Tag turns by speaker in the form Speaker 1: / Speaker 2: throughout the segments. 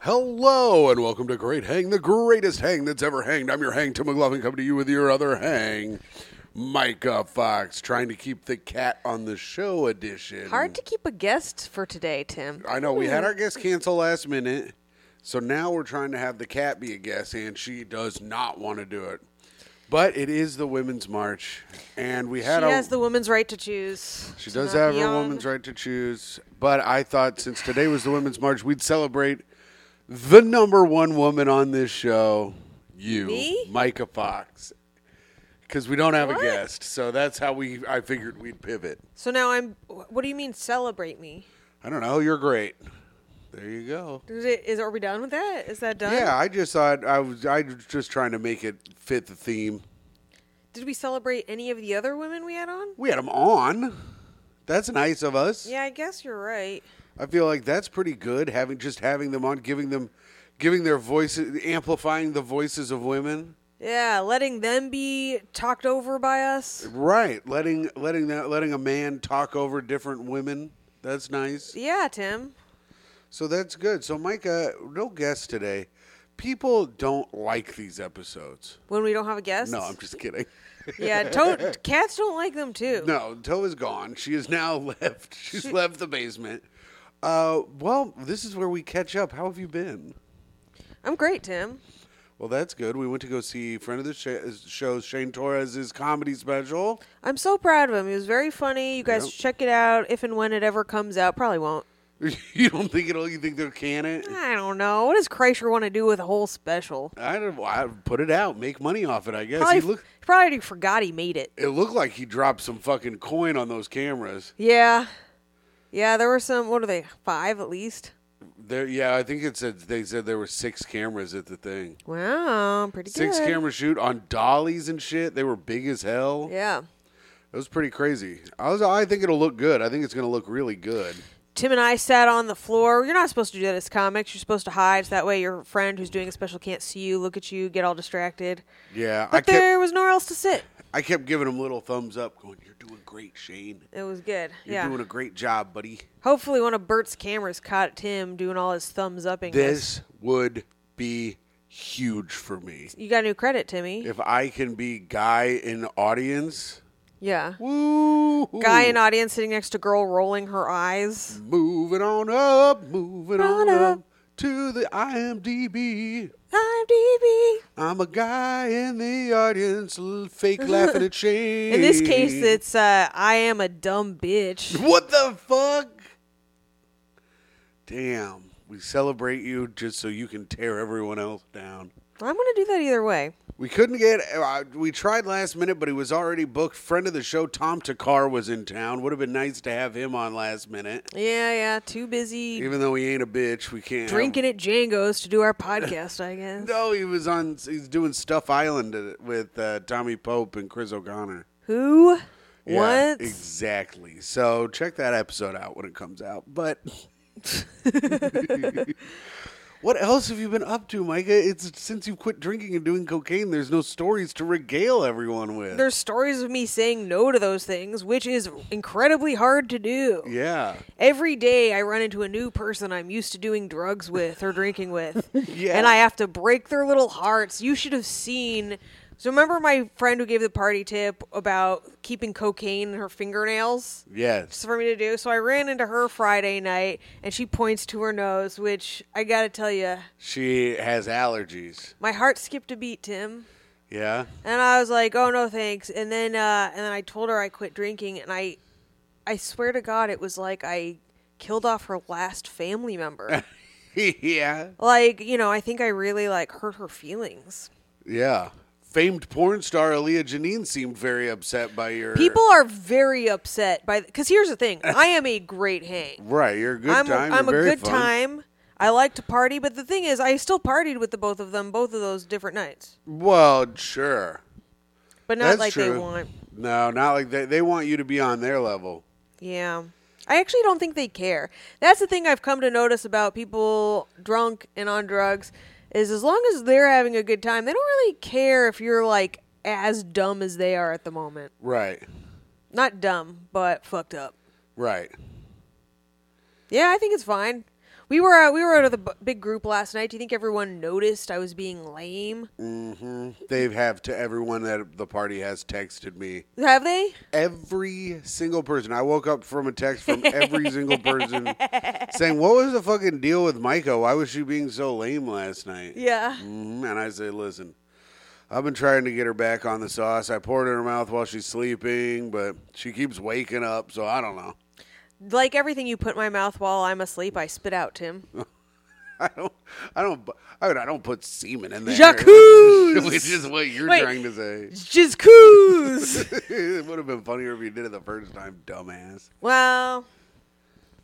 Speaker 1: Hello and welcome to Great Hang, the greatest hang that's ever hanged. I'm your hang, Tim McLaughlin, coming to you with your other hang, Micah Fox, trying to keep the cat on the show edition.
Speaker 2: Hard to keep a guest for today, Tim.
Speaker 1: I know we had our guest cancel last minute, so now we're trying to have the cat be a guest, and she does not want to do it. But it is the Women's March, and we had
Speaker 2: she
Speaker 1: a,
Speaker 2: has the woman's right to choose.
Speaker 1: She
Speaker 2: to
Speaker 1: does
Speaker 2: not
Speaker 1: have
Speaker 2: be
Speaker 1: her
Speaker 2: on.
Speaker 1: woman's right to choose, but I thought since today was the Women's March, we'd celebrate the number one woman on this show, you,
Speaker 2: Me?
Speaker 1: Micah Fox, because we don't have a
Speaker 2: What?
Speaker 1: guest. So that's how we. I figured we'd pivot.
Speaker 2: So now I'm. What do you mean celebrate me?
Speaker 1: I don't know. You're great. There you go.
Speaker 2: Is it? Is are we done with that? Is that done?
Speaker 1: Yeah, I just thought I was. I was just trying to make it fit the theme.
Speaker 2: Did we celebrate any of the other women we had on?
Speaker 1: We had him on. That's nice of us.
Speaker 2: Yeah, I guess you're right.
Speaker 1: I feel like that's pretty good having just having them on, giving them, giving their voices, amplifying the voices of women.
Speaker 2: Yeah, letting them be talked over by us.
Speaker 1: Right, letting letting that letting a man talk over different women. That's nice.
Speaker 2: Yeah, Tim.
Speaker 1: So that's good. So Micah, no guest today. People don't like these episodes.
Speaker 2: When we don't have a guest.
Speaker 1: No, I'm just kidding.
Speaker 2: yeah, to- cats don't like them too.
Speaker 1: No, Toe is gone. She has now left. She's left the basement. Uh, well, this is where we catch up. How have you been?
Speaker 2: I'm great, Tim.
Speaker 1: Well, that's good. We went to go see friend of the sh- show Shane Torres's comedy special.
Speaker 2: I'm so proud of him. He was very funny. You guys
Speaker 1: Yep.
Speaker 2: check it out if and when it ever comes out. Probably won't.
Speaker 1: you don't think it'll? You think they'll can it?
Speaker 2: I don't know. What does Kreischer want to do with a whole special?
Speaker 1: I don't. I put it out, make money off it. I guess
Speaker 2: Probably,
Speaker 1: he looked.
Speaker 2: probably already forgot he made it.
Speaker 1: It looked like he dropped some fucking coin on those cameras.
Speaker 2: Yeah. Yeah, there were some, what are they, five at least?
Speaker 1: There, yeah, I think it said they said there were six cameras at the thing.
Speaker 2: Wow, pretty
Speaker 1: Six
Speaker 2: good.
Speaker 1: camera shoot on dollies and shit. They were big as hell.
Speaker 2: Yeah.
Speaker 1: It was pretty crazy. I was. I think it'll look good. I think it's gonna look really good.
Speaker 2: Tim and I sat on the floor. You're not supposed to do that as comics. You're supposed to hide so that way your friend who's doing a special can't see you, look at you, get all distracted.
Speaker 1: Yeah,
Speaker 2: But
Speaker 1: I kept.
Speaker 2: there was nowhere else to sit.
Speaker 1: I kept giving him little thumbs up, going, "You're doing great, Shane.
Speaker 2: It was good.
Speaker 1: You're
Speaker 2: yeah.
Speaker 1: doing a great job, buddy."
Speaker 2: Hopefully, one of Bert's cameras caught Tim doing all his thumbs upping.
Speaker 1: This would be huge for me.
Speaker 2: You got a new credit, Timmy.
Speaker 1: If I can be guy in audience,
Speaker 2: yeah.
Speaker 1: woo!
Speaker 2: Guy in audience sitting next to girl rolling her eyes.
Speaker 1: Moving on up, moving on
Speaker 2: On
Speaker 1: up
Speaker 2: up.
Speaker 1: to the IMDb.
Speaker 2: IMDb.
Speaker 1: I'm a guy in the audience, l- fake laughing at Shane.
Speaker 2: In this case, it's uh, I am a dumb bitch.
Speaker 1: what the fuck? Damn, we celebrate you just so you can tear everyone else down.
Speaker 2: I'm gonna do that either way.
Speaker 1: We couldn't get. Uh, we tried last minute, but he was already booked. Friend of the show, Tom Takar, was in town. Would have been nice to have him on last minute.
Speaker 2: Yeah, yeah. Too busy
Speaker 1: Even though he ain't a bitch, we can't have-
Speaker 2: drinking at Django's to do our podcast. I guess.
Speaker 1: No, he was on. He's doing Stuff Island with uh, Tommy Pope and Chris O'Connor.
Speaker 2: Who?
Speaker 1: Yeah,
Speaker 2: What?
Speaker 1: Exactly. So check that episode out when it comes out. But what else have you been up to, Micah? It's since you quit drinking and doing cocaine. There's no stories to regale everyone with.
Speaker 2: There's stories of me saying no to those things, which is incredibly hard to do.
Speaker 1: yeah.
Speaker 2: Every day I run into a new person I'm used to doing drugs with or drinking with.
Speaker 1: Yeah.
Speaker 2: And I have to break their little hearts. You should have seen. So remember my friend who gave the party tip about keeping cocaine in her fingernails?
Speaker 1: Yes.
Speaker 2: for me to do. So I ran into her Friday night, and she points to her nose, which I gotta tell you,
Speaker 1: She has allergies.
Speaker 2: my heart skipped a beat, Tim.
Speaker 1: Yeah.
Speaker 2: And I was like, "Oh no, thanks." And then, uh, and then I told her I quit drinking, and I, I swear to God, it was like I killed off her last family member.
Speaker 1: yeah.
Speaker 2: like, you know, I think I really like hurt her feelings.
Speaker 1: Yeah. Famed porn star Aaliyah Janine seemed very upset by your
Speaker 2: People are very upset by because here's the thing: I am a great hang.
Speaker 1: Right, you're a good
Speaker 2: I'm
Speaker 1: time.
Speaker 2: a, I'm
Speaker 1: you're
Speaker 2: a
Speaker 1: very
Speaker 2: good
Speaker 1: fun.
Speaker 2: time. I like to party, but the thing is, I still partied with the both of them, both of those different nights,
Speaker 1: Well, sure.
Speaker 2: but not
Speaker 1: That's
Speaker 2: like
Speaker 1: true.
Speaker 2: they want.
Speaker 1: No, not like they. They want you to be on their level.
Speaker 2: Yeah, I actually don't think they care. That's the thing I've come to notice about people drunk and on drugs is as long as they're having a good time, they don't really care if you're like as dumb as they are at the moment.
Speaker 1: Right.
Speaker 2: Not dumb, but fucked up.
Speaker 1: Right.
Speaker 2: Yeah, I think it's fine. We were out, we were out of the b- big group last night. Do you think everyone noticed I was being lame?
Speaker 1: They have to everyone at the party has texted me.
Speaker 2: Have they?
Speaker 1: Every single person. I woke up from a text from every single person saying, "What was the fucking deal with Micah? Why was she being so lame last night?"
Speaker 2: Yeah.
Speaker 1: Mhm. And I say, listen, I've been trying to get her back on the sauce. I poured it in her mouth while she's sleeping, but she keeps waking up, so I don't know.
Speaker 2: Like everything you put in my mouth while I'm asleep, I spit out, Tim.
Speaker 1: I don't, I don't, bu- I, mean, I don't put semen in there.
Speaker 2: Jacuzzi!
Speaker 1: Which is what you're
Speaker 2: Wait.
Speaker 1: trying to say.
Speaker 2: Jizcoos!
Speaker 1: it would have been funnier if you did it the first time, dumbass.
Speaker 2: well,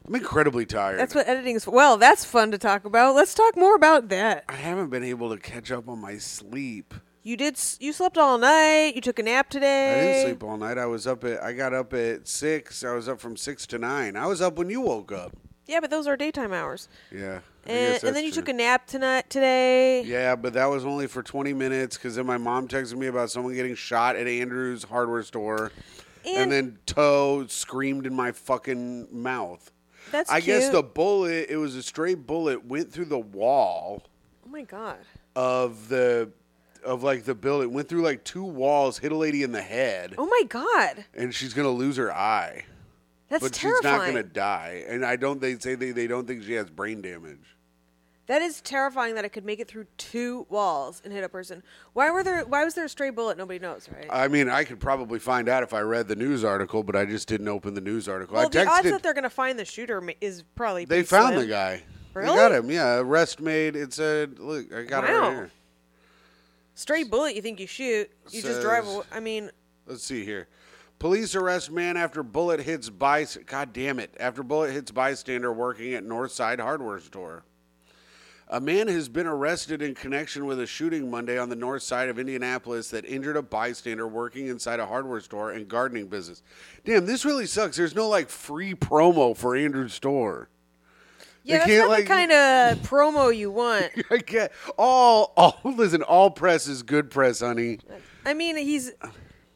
Speaker 1: I'm incredibly tired.
Speaker 2: that's what editing is for. Well, that's fun to talk about. Let's talk more about that.
Speaker 1: I haven't been able to catch up on my sleep.
Speaker 2: You did, s- you slept all night. You took a nap
Speaker 1: I
Speaker 2: today.
Speaker 1: didn't sleep all night. I was up at, I got up at six. I was up from six to nine. I was up when you woke up.
Speaker 2: Yeah, but those are daytime hours.
Speaker 1: Yeah. I
Speaker 2: Eh, And,
Speaker 1: guess
Speaker 2: and
Speaker 1: that's
Speaker 2: then you
Speaker 1: true.
Speaker 2: took a nap tonight today.
Speaker 1: Yeah, but that was only for 20 minutes because then my mom texted me about someone getting shot at Andrew's hardware store.
Speaker 2: And-
Speaker 1: And, then Toe screamed in my fucking mouth.
Speaker 2: That's
Speaker 1: I guess
Speaker 2: cute.
Speaker 1: the bullet, it was a stray bullet, went through the wall
Speaker 2: Oh my god.
Speaker 1: of the, of like the building, went through like two walls, hit a lady in the head,
Speaker 2: Oh my god.
Speaker 1: and she's going to lose her eye.
Speaker 2: That's
Speaker 1: but
Speaker 2: terrifying.
Speaker 1: she's not going to die. And I don't, they say they, they don't think she has brain damage.
Speaker 2: That is terrifying that it could make it through two walls and hit a person. Why were there why was there a stray bullet? Nobody knows, right?
Speaker 1: I mean, I could probably find out if I read the news article, but I just didn't open the news article.
Speaker 2: well,
Speaker 1: I
Speaker 2: the odds
Speaker 1: texted.
Speaker 2: that they're going to find the shooter ma- is probably
Speaker 1: they
Speaker 2: pretty
Speaker 1: found
Speaker 2: slim.
Speaker 1: the guy.
Speaker 2: Really?
Speaker 1: They got him. Yeah, arrest made. It said, "Look, I got it
Speaker 2: Wow.
Speaker 1: right here."
Speaker 2: Stray bullet, you think you shoot, you just drive
Speaker 1: Says-
Speaker 2: away. I mean,
Speaker 1: Let's see here. Police arrest man after bullet hits bystander. God damn it! After bullet hits bystander working at Northside Hardware Store. A man has been arrested in connection with a shooting Monday on the north side of Indianapolis that injured a bystander working inside a hardware store and gardening business. Damn, this really sucks. There's no like free promo for Andrew's store.
Speaker 2: yeah, that's
Speaker 1: can't,
Speaker 2: not
Speaker 1: like-
Speaker 2: the kind of promo you want.
Speaker 1: I get all all listen, all press is good press, honey.
Speaker 2: I mean, he's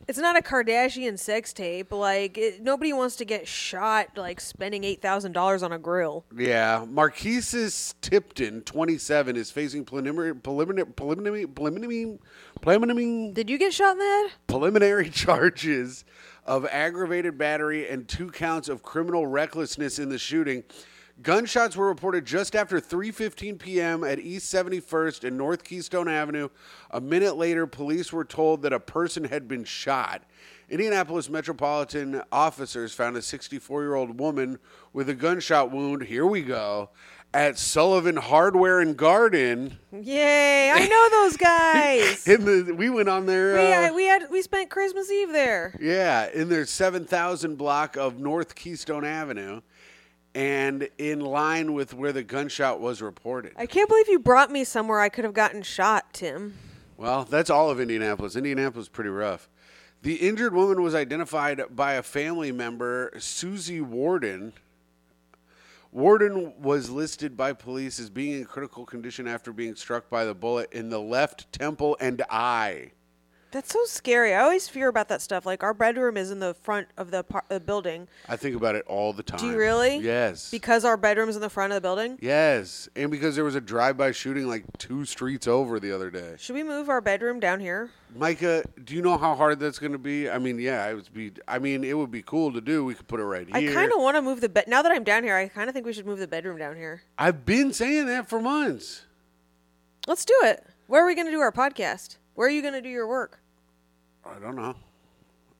Speaker 2: it's not a Kardashian sex tape. Like it, nobody wants to get shot like spending eight thousand dollars on a grill.
Speaker 1: Yeah, Marquises Tipton, 27, is facing preliminary preliminary preliminary preliminary preliminary,
Speaker 2: Did you get shot in the head?
Speaker 1: preliminary charges of aggravated battery and two counts of criminal recklessness in the shooting. Gunshots were reported just after 3:15 p.m. at East 71st and North Keystone Avenue. A minute later, police were told that a person had been shot. Indianapolis metropolitan officers found a 64-year-old woman with a gunshot wound. Here we go. At Sullivan Hardware and Garden,
Speaker 2: Yay! I know those guys.
Speaker 1: in the we went on there.
Speaker 2: we,
Speaker 1: uh,
Speaker 2: I, we had we spent Christmas Eve there.
Speaker 1: Yeah, in their 7,000 block of North Keystone Avenue and in line with where the gunshot was reported.
Speaker 2: I can't believe you brought me somewhere I could have gotten shot, Tim.
Speaker 1: Well, that's all of Indianapolis. Indianapolis is pretty rough. The injured woman was identified by a family member, Susie Warden. Warden was listed by police as being in critical condition after being struck by the bullet in the left temple and eye.
Speaker 2: That's so scary. I always fear about that stuff. Like our bedroom is in the front of the par- the building.
Speaker 1: I think about it all the time.
Speaker 2: Do you really?
Speaker 1: Yes.
Speaker 2: Because our bedroom's in the front of the building.
Speaker 1: Yes, and because there was a drive-by shooting like two streets over the other day.
Speaker 2: Should we move our bedroom down here?
Speaker 1: Micah, do you know how hard that's going to be? I mean, yeah, it would be. I mean, it would be cool to do. We could put it right here.
Speaker 2: I kind of want to move the bed. Now that I'm down here, I kind of think we should move the bedroom down here.
Speaker 1: I've been saying that for months.
Speaker 2: Let's do it. Where are we going to do our podcast? Where are you going to do your work?
Speaker 1: I don't know.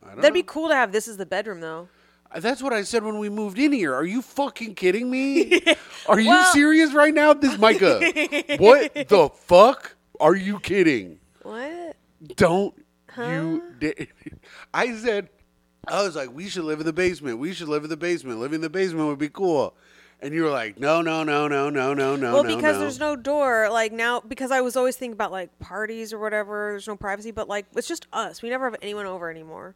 Speaker 1: I don't
Speaker 2: That'd
Speaker 1: know.
Speaker 2: be cool to have. This is the bedroom, though.
Speaker 1: That's what I said when we moved in here. Are you fucking kidding me? Are you
Speaker 2: Well-
Speaker 1: serious right now? This Micah. what the fuck? Are you kidding?
Speaker 2: What?
Speaker 1: Don't you da- I said, I was like, we should live in the basement. We should live in the basement. Living in the basement would be cool. And you were like, no, no, no, no, no, no, no,
Speaker 2: well,
Speaker 1: Oh, no,
Speaker 2: because
Speaker 1: no.
Speaker 2: there's no door. Like now, because I was always thinking about like parties or whatever. There's no privacy, but like it's just us. We never have anyone over anymore.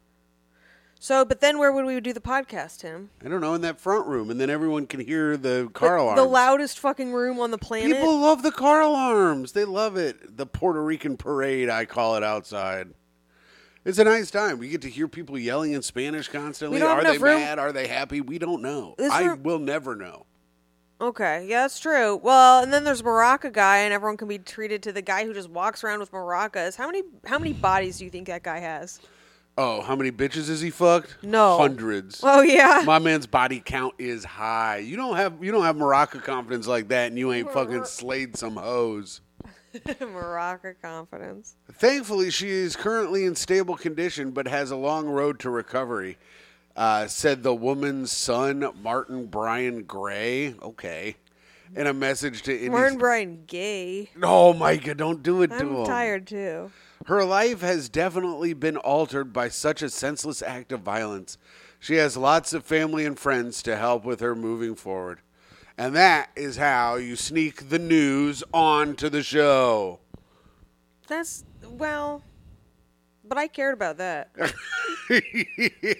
Speaker 2: So, but then where would we do the podcast, Tim?
Speaker 1: I don't know, in that front room. And then everyone can hear the
Speaker 2: The-
Speaker 1: car alarms.
Speaker 2: the loudest fucking room on the planet.
Speaker 1: People love the car alarms. They love it. The Puerto Rican parade, I call it outside. It's a nice time. We get to hear people yelling in Spanish constantly.
Speaker 2: don't have
Speaker 1: Are they
Speaker 2: enough room.
Speaker 1: mad? Are they happy? We don't know.
Speaker 2: This
Speaker 1: I
Speaker 2: room-
Speaker 1: will never know.
Speaker 2: Okay, yeah, that's true. Well, and then there's Maraca guy, and everyone can be treated to the guy who just walks around with maracas. How many how many bodies do you think that guy has?
Speaker 1: Oh, how many bitches has he fucked?
Speaker 2: No.
Speaker 1: hundreds.
Speaker 2: Oh yeah,
Speaker 1: My man's body count is high. You don't have you don't have Morocco confidence like that, and you ain't fucking slayed some hoes.
Speaker 2: Maraca confidence.
Speaker 1: Thankfully, she is currently in stable condition, but has a long road to recovery," uh, said the woman's son, Martin Brian Gray. Okay, in a message to Indy.
Speaker 2: Martin Brian gay.
Speaker 1: oh, Micah, don't do it to
Speaker 2: I'm
Speaker 1: him.
Speaker 2: tired too.
Speaker 1: Her life has definitely been altered by such a senseless act of violence. She has lots of family and friends to help with her moving forward. And that is how you sneak the news onto the show.
Speaker 2: That's well, but I cared about that.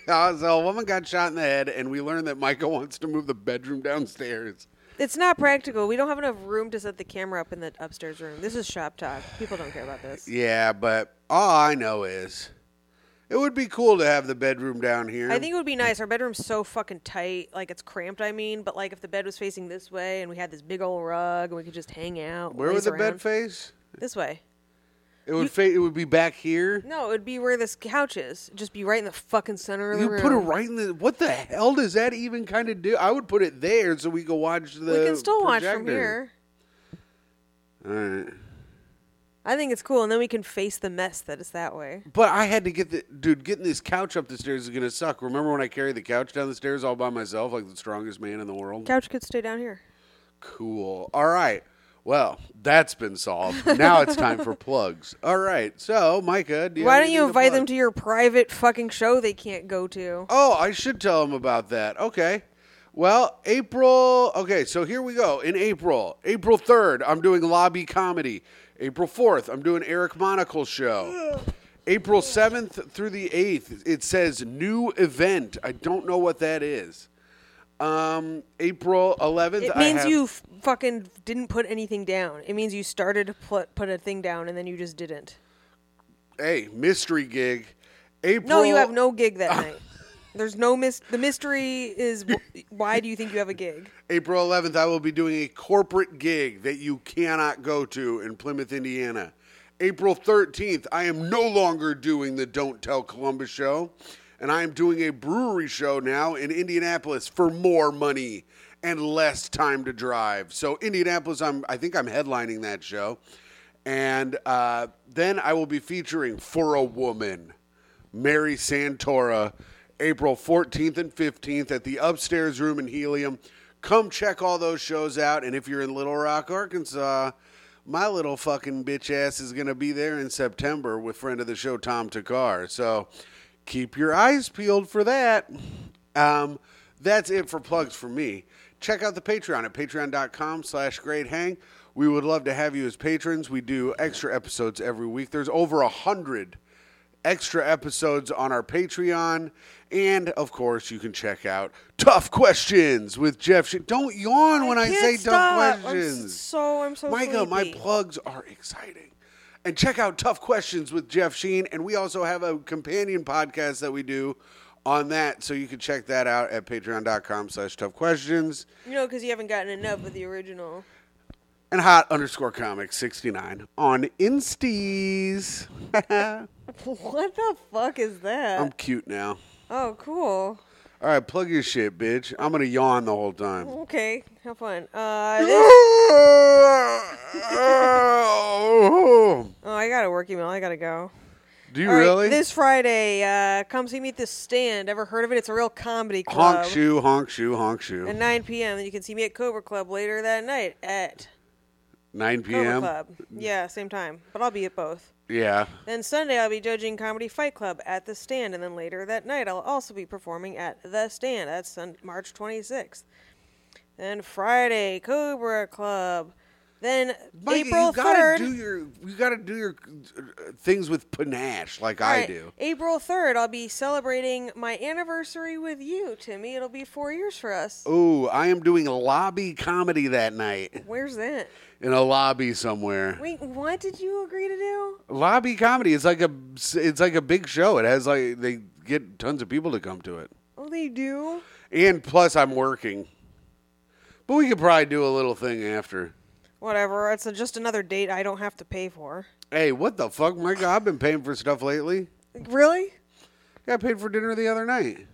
Speaker 1: so a woman got shot in the head, and we learned that Michael wants to move the bedroom downstairs.
Speaker 2: It's not practical. We don't have enough room to set the camera up in the upstairs room. This is shop talk. People don't care about this.
Speaker 1: Yeah, but all I know is it would be cool to have the bedroom down here.
Speaker 2: I think it would be nice. Our bedroom's so fucking tight, like it's cramped. I mean, but like if the bed was facing this way and we had this big old rug and we could just hang out.
Speaker 1: Where would
Speaker 2: laze
Speaker 1: the
Speaker 2: around.
Speaker 1: bed face?
Speaker 2: This way.
Speaker 1: It would fa- It would be back here.
Speaker 2: No, it would be where this couch is. It'd just be right in the fucking center of the
Speaker 1: You
Speaker 2: room.
Speaker 1: put it right in the. What the hell does that even kind of do? I would put it there so we could watch the.
Speaker 2: We can still watch from
Speaker 1: projector.
Speaker 2: here.
Speaker 1: All right.
Speaker 2: I think it's cool, and then we can face the mess that is that way.
Speaker 1: But I had to get the dude getting this couch up the stairs is gonna suck. Remember when I carried the couch down the stairs all by myself, like the strongest man in the world?
Speaker 2: Couch could stay down here.
Speaker 1: Cool. All right. Well, that's been solved. Now it's time for plugs. All right. So, Micah, do you
Speaker 2: Why
Speaker 1: have
Speaker 2: don't you
Speaker 1: anything
Speaker 2: invite them
Speaker 1: plug?
Speaker 2: to your private fucking show they can't go to?
Speaker 1: Oh, I should tell him about that. Okay. Well, April. Okay, so here we go. In April, April 3rd, I'm doing lobby comedy. April 4th, I'm doing Eric Monocle's show. April 7th through the 8th, it says new event. I don't know what that is. Um, April 11th,
Speaker 2: It
Speaker 1: I
Speaker 2: means
Speaker 1: have-
Speaker 2: you f- fucking didn't put anything down. It means you started to pl- put a thing down and then you just didn't.
Speaker 1: Hey, mystery gig. April.
Speaker 2: No, you have no gig that night. There's no mis. The mystery is wh- why do you think you have a gig?
Speaker 1: April 11th, I will be doing a corporate gig that you cannot go to in Plymouth, Indiana. April 13th, I am no longer doing the Don't Tell Columbus show, and I am doing a brewery show now in Indianapolis for more money and less time to drive. So Indianapolis, I'm I think I'm headlining that show, and uh, then I will be featuring For a Woman. Mary Santora, April 14th and 15th at the Upstairs Room in Helium. Come check all those shows out. And if you're in Little Rock, Arkansas, my little fucking bitch ass is going to be there in September with friend of the show, Tom Takar. So keep your eyes peeled for that. Um, that's it for plugs for me. Check out the Patreon at patreon.com slash great hang. We would love to have you as patrons. We do extra episodes every week. There's over a hundred extra episodes on our Patreon. And of course, you can check out Tough Questions with Jeff. Sh- Don't yawn when I
Speaker 2: can't
Speaker 1: say
Speaker 2: stop.
Speaker 1: tough
Speaker 2: I'm s-
Speaker 1: questions.
Speaker 2: so I'm so
Speaker 1: Micah, my
Speaker 2: sleepy.
Speaker 1: plugs are exciting. And check out Tough Questions with Jeff Sheen. And we also have a companion podcast that we do on that. So you can check that out at patreon.com slash tough questions.
Speaker 2: you know, because you haven't gotten enough of the original.
Speaker 1: And hot underscore comic 69 on Insties. I'm
Speaker 2: What the fuck is that?
Speaker 1: cute now.
Speaker 2: oh, cool.
Speaker 1: All right, plug your shit, bitch. I'm gonna yawn the whole time.
Speaker 2: Okay, have fun. Uh, this-
Speaker 1: Do
Speaker 2: oh, I got a work email. I gotta go.
Speaker 1: you
Speaker 2: All right,
Speaker 1: really?
Speaker 2: This Friday, uh, come see me at the stand. Ever heard of it? It's a real comedy club.
Speaker 1: honk shoe, honk shoe, honk shoe.
Speaker 2: At 9 p.m. And you can see me at Cobra Club later that night at
Speaker 1: 9
Speaker 2: Cobra
Speaker 1: p.m.
Speaker 2: Club. Yeah, same time. But I'll be at both.
Speaker 1: Yeah.
Speaker 2: Then Sunday, I'll be judging Comedy Fight Club at the stand. And then later that night, I'll also be performing at the stand. That's Sun- March 26th. Then Friday, Cobra Club. Then
Speaker 1: Mikey,
Speaker 2: April
Speaker 1: you gotta
Speaker 2: 3rd.
Speaker 1: do your you gotta do your uh, things with panache like I
Speaker 2: Alright,
Speaker 1: do.
Speaker 2: April 3rd, I'll be celebrating my anniversary with you, Timmy. It'll be four years for us.
Speaker 1: Ooh, I am doing lobby comedy that night
Speaker 2: Where's that?
Speaker 1: in a lobby somewhere.
Speaker 2: Wait, what did you agree to do?
Speaker 1: Lobby comedy is like a it's like a big show. It has like they get tons of people to come to it.
Speaker 2: Oh, they do?
Speaker 1: And plus, I'm working. But we could probably do a little thing after.
Speaker 2: Whatever. It's a, just another date I don't have to pay for.
Speaker 1: Hey, what the fuck, Mike? I've been paying for stuff lately.
Speaker 2: Really?
Speaker 1: Got paid for dinner the other night.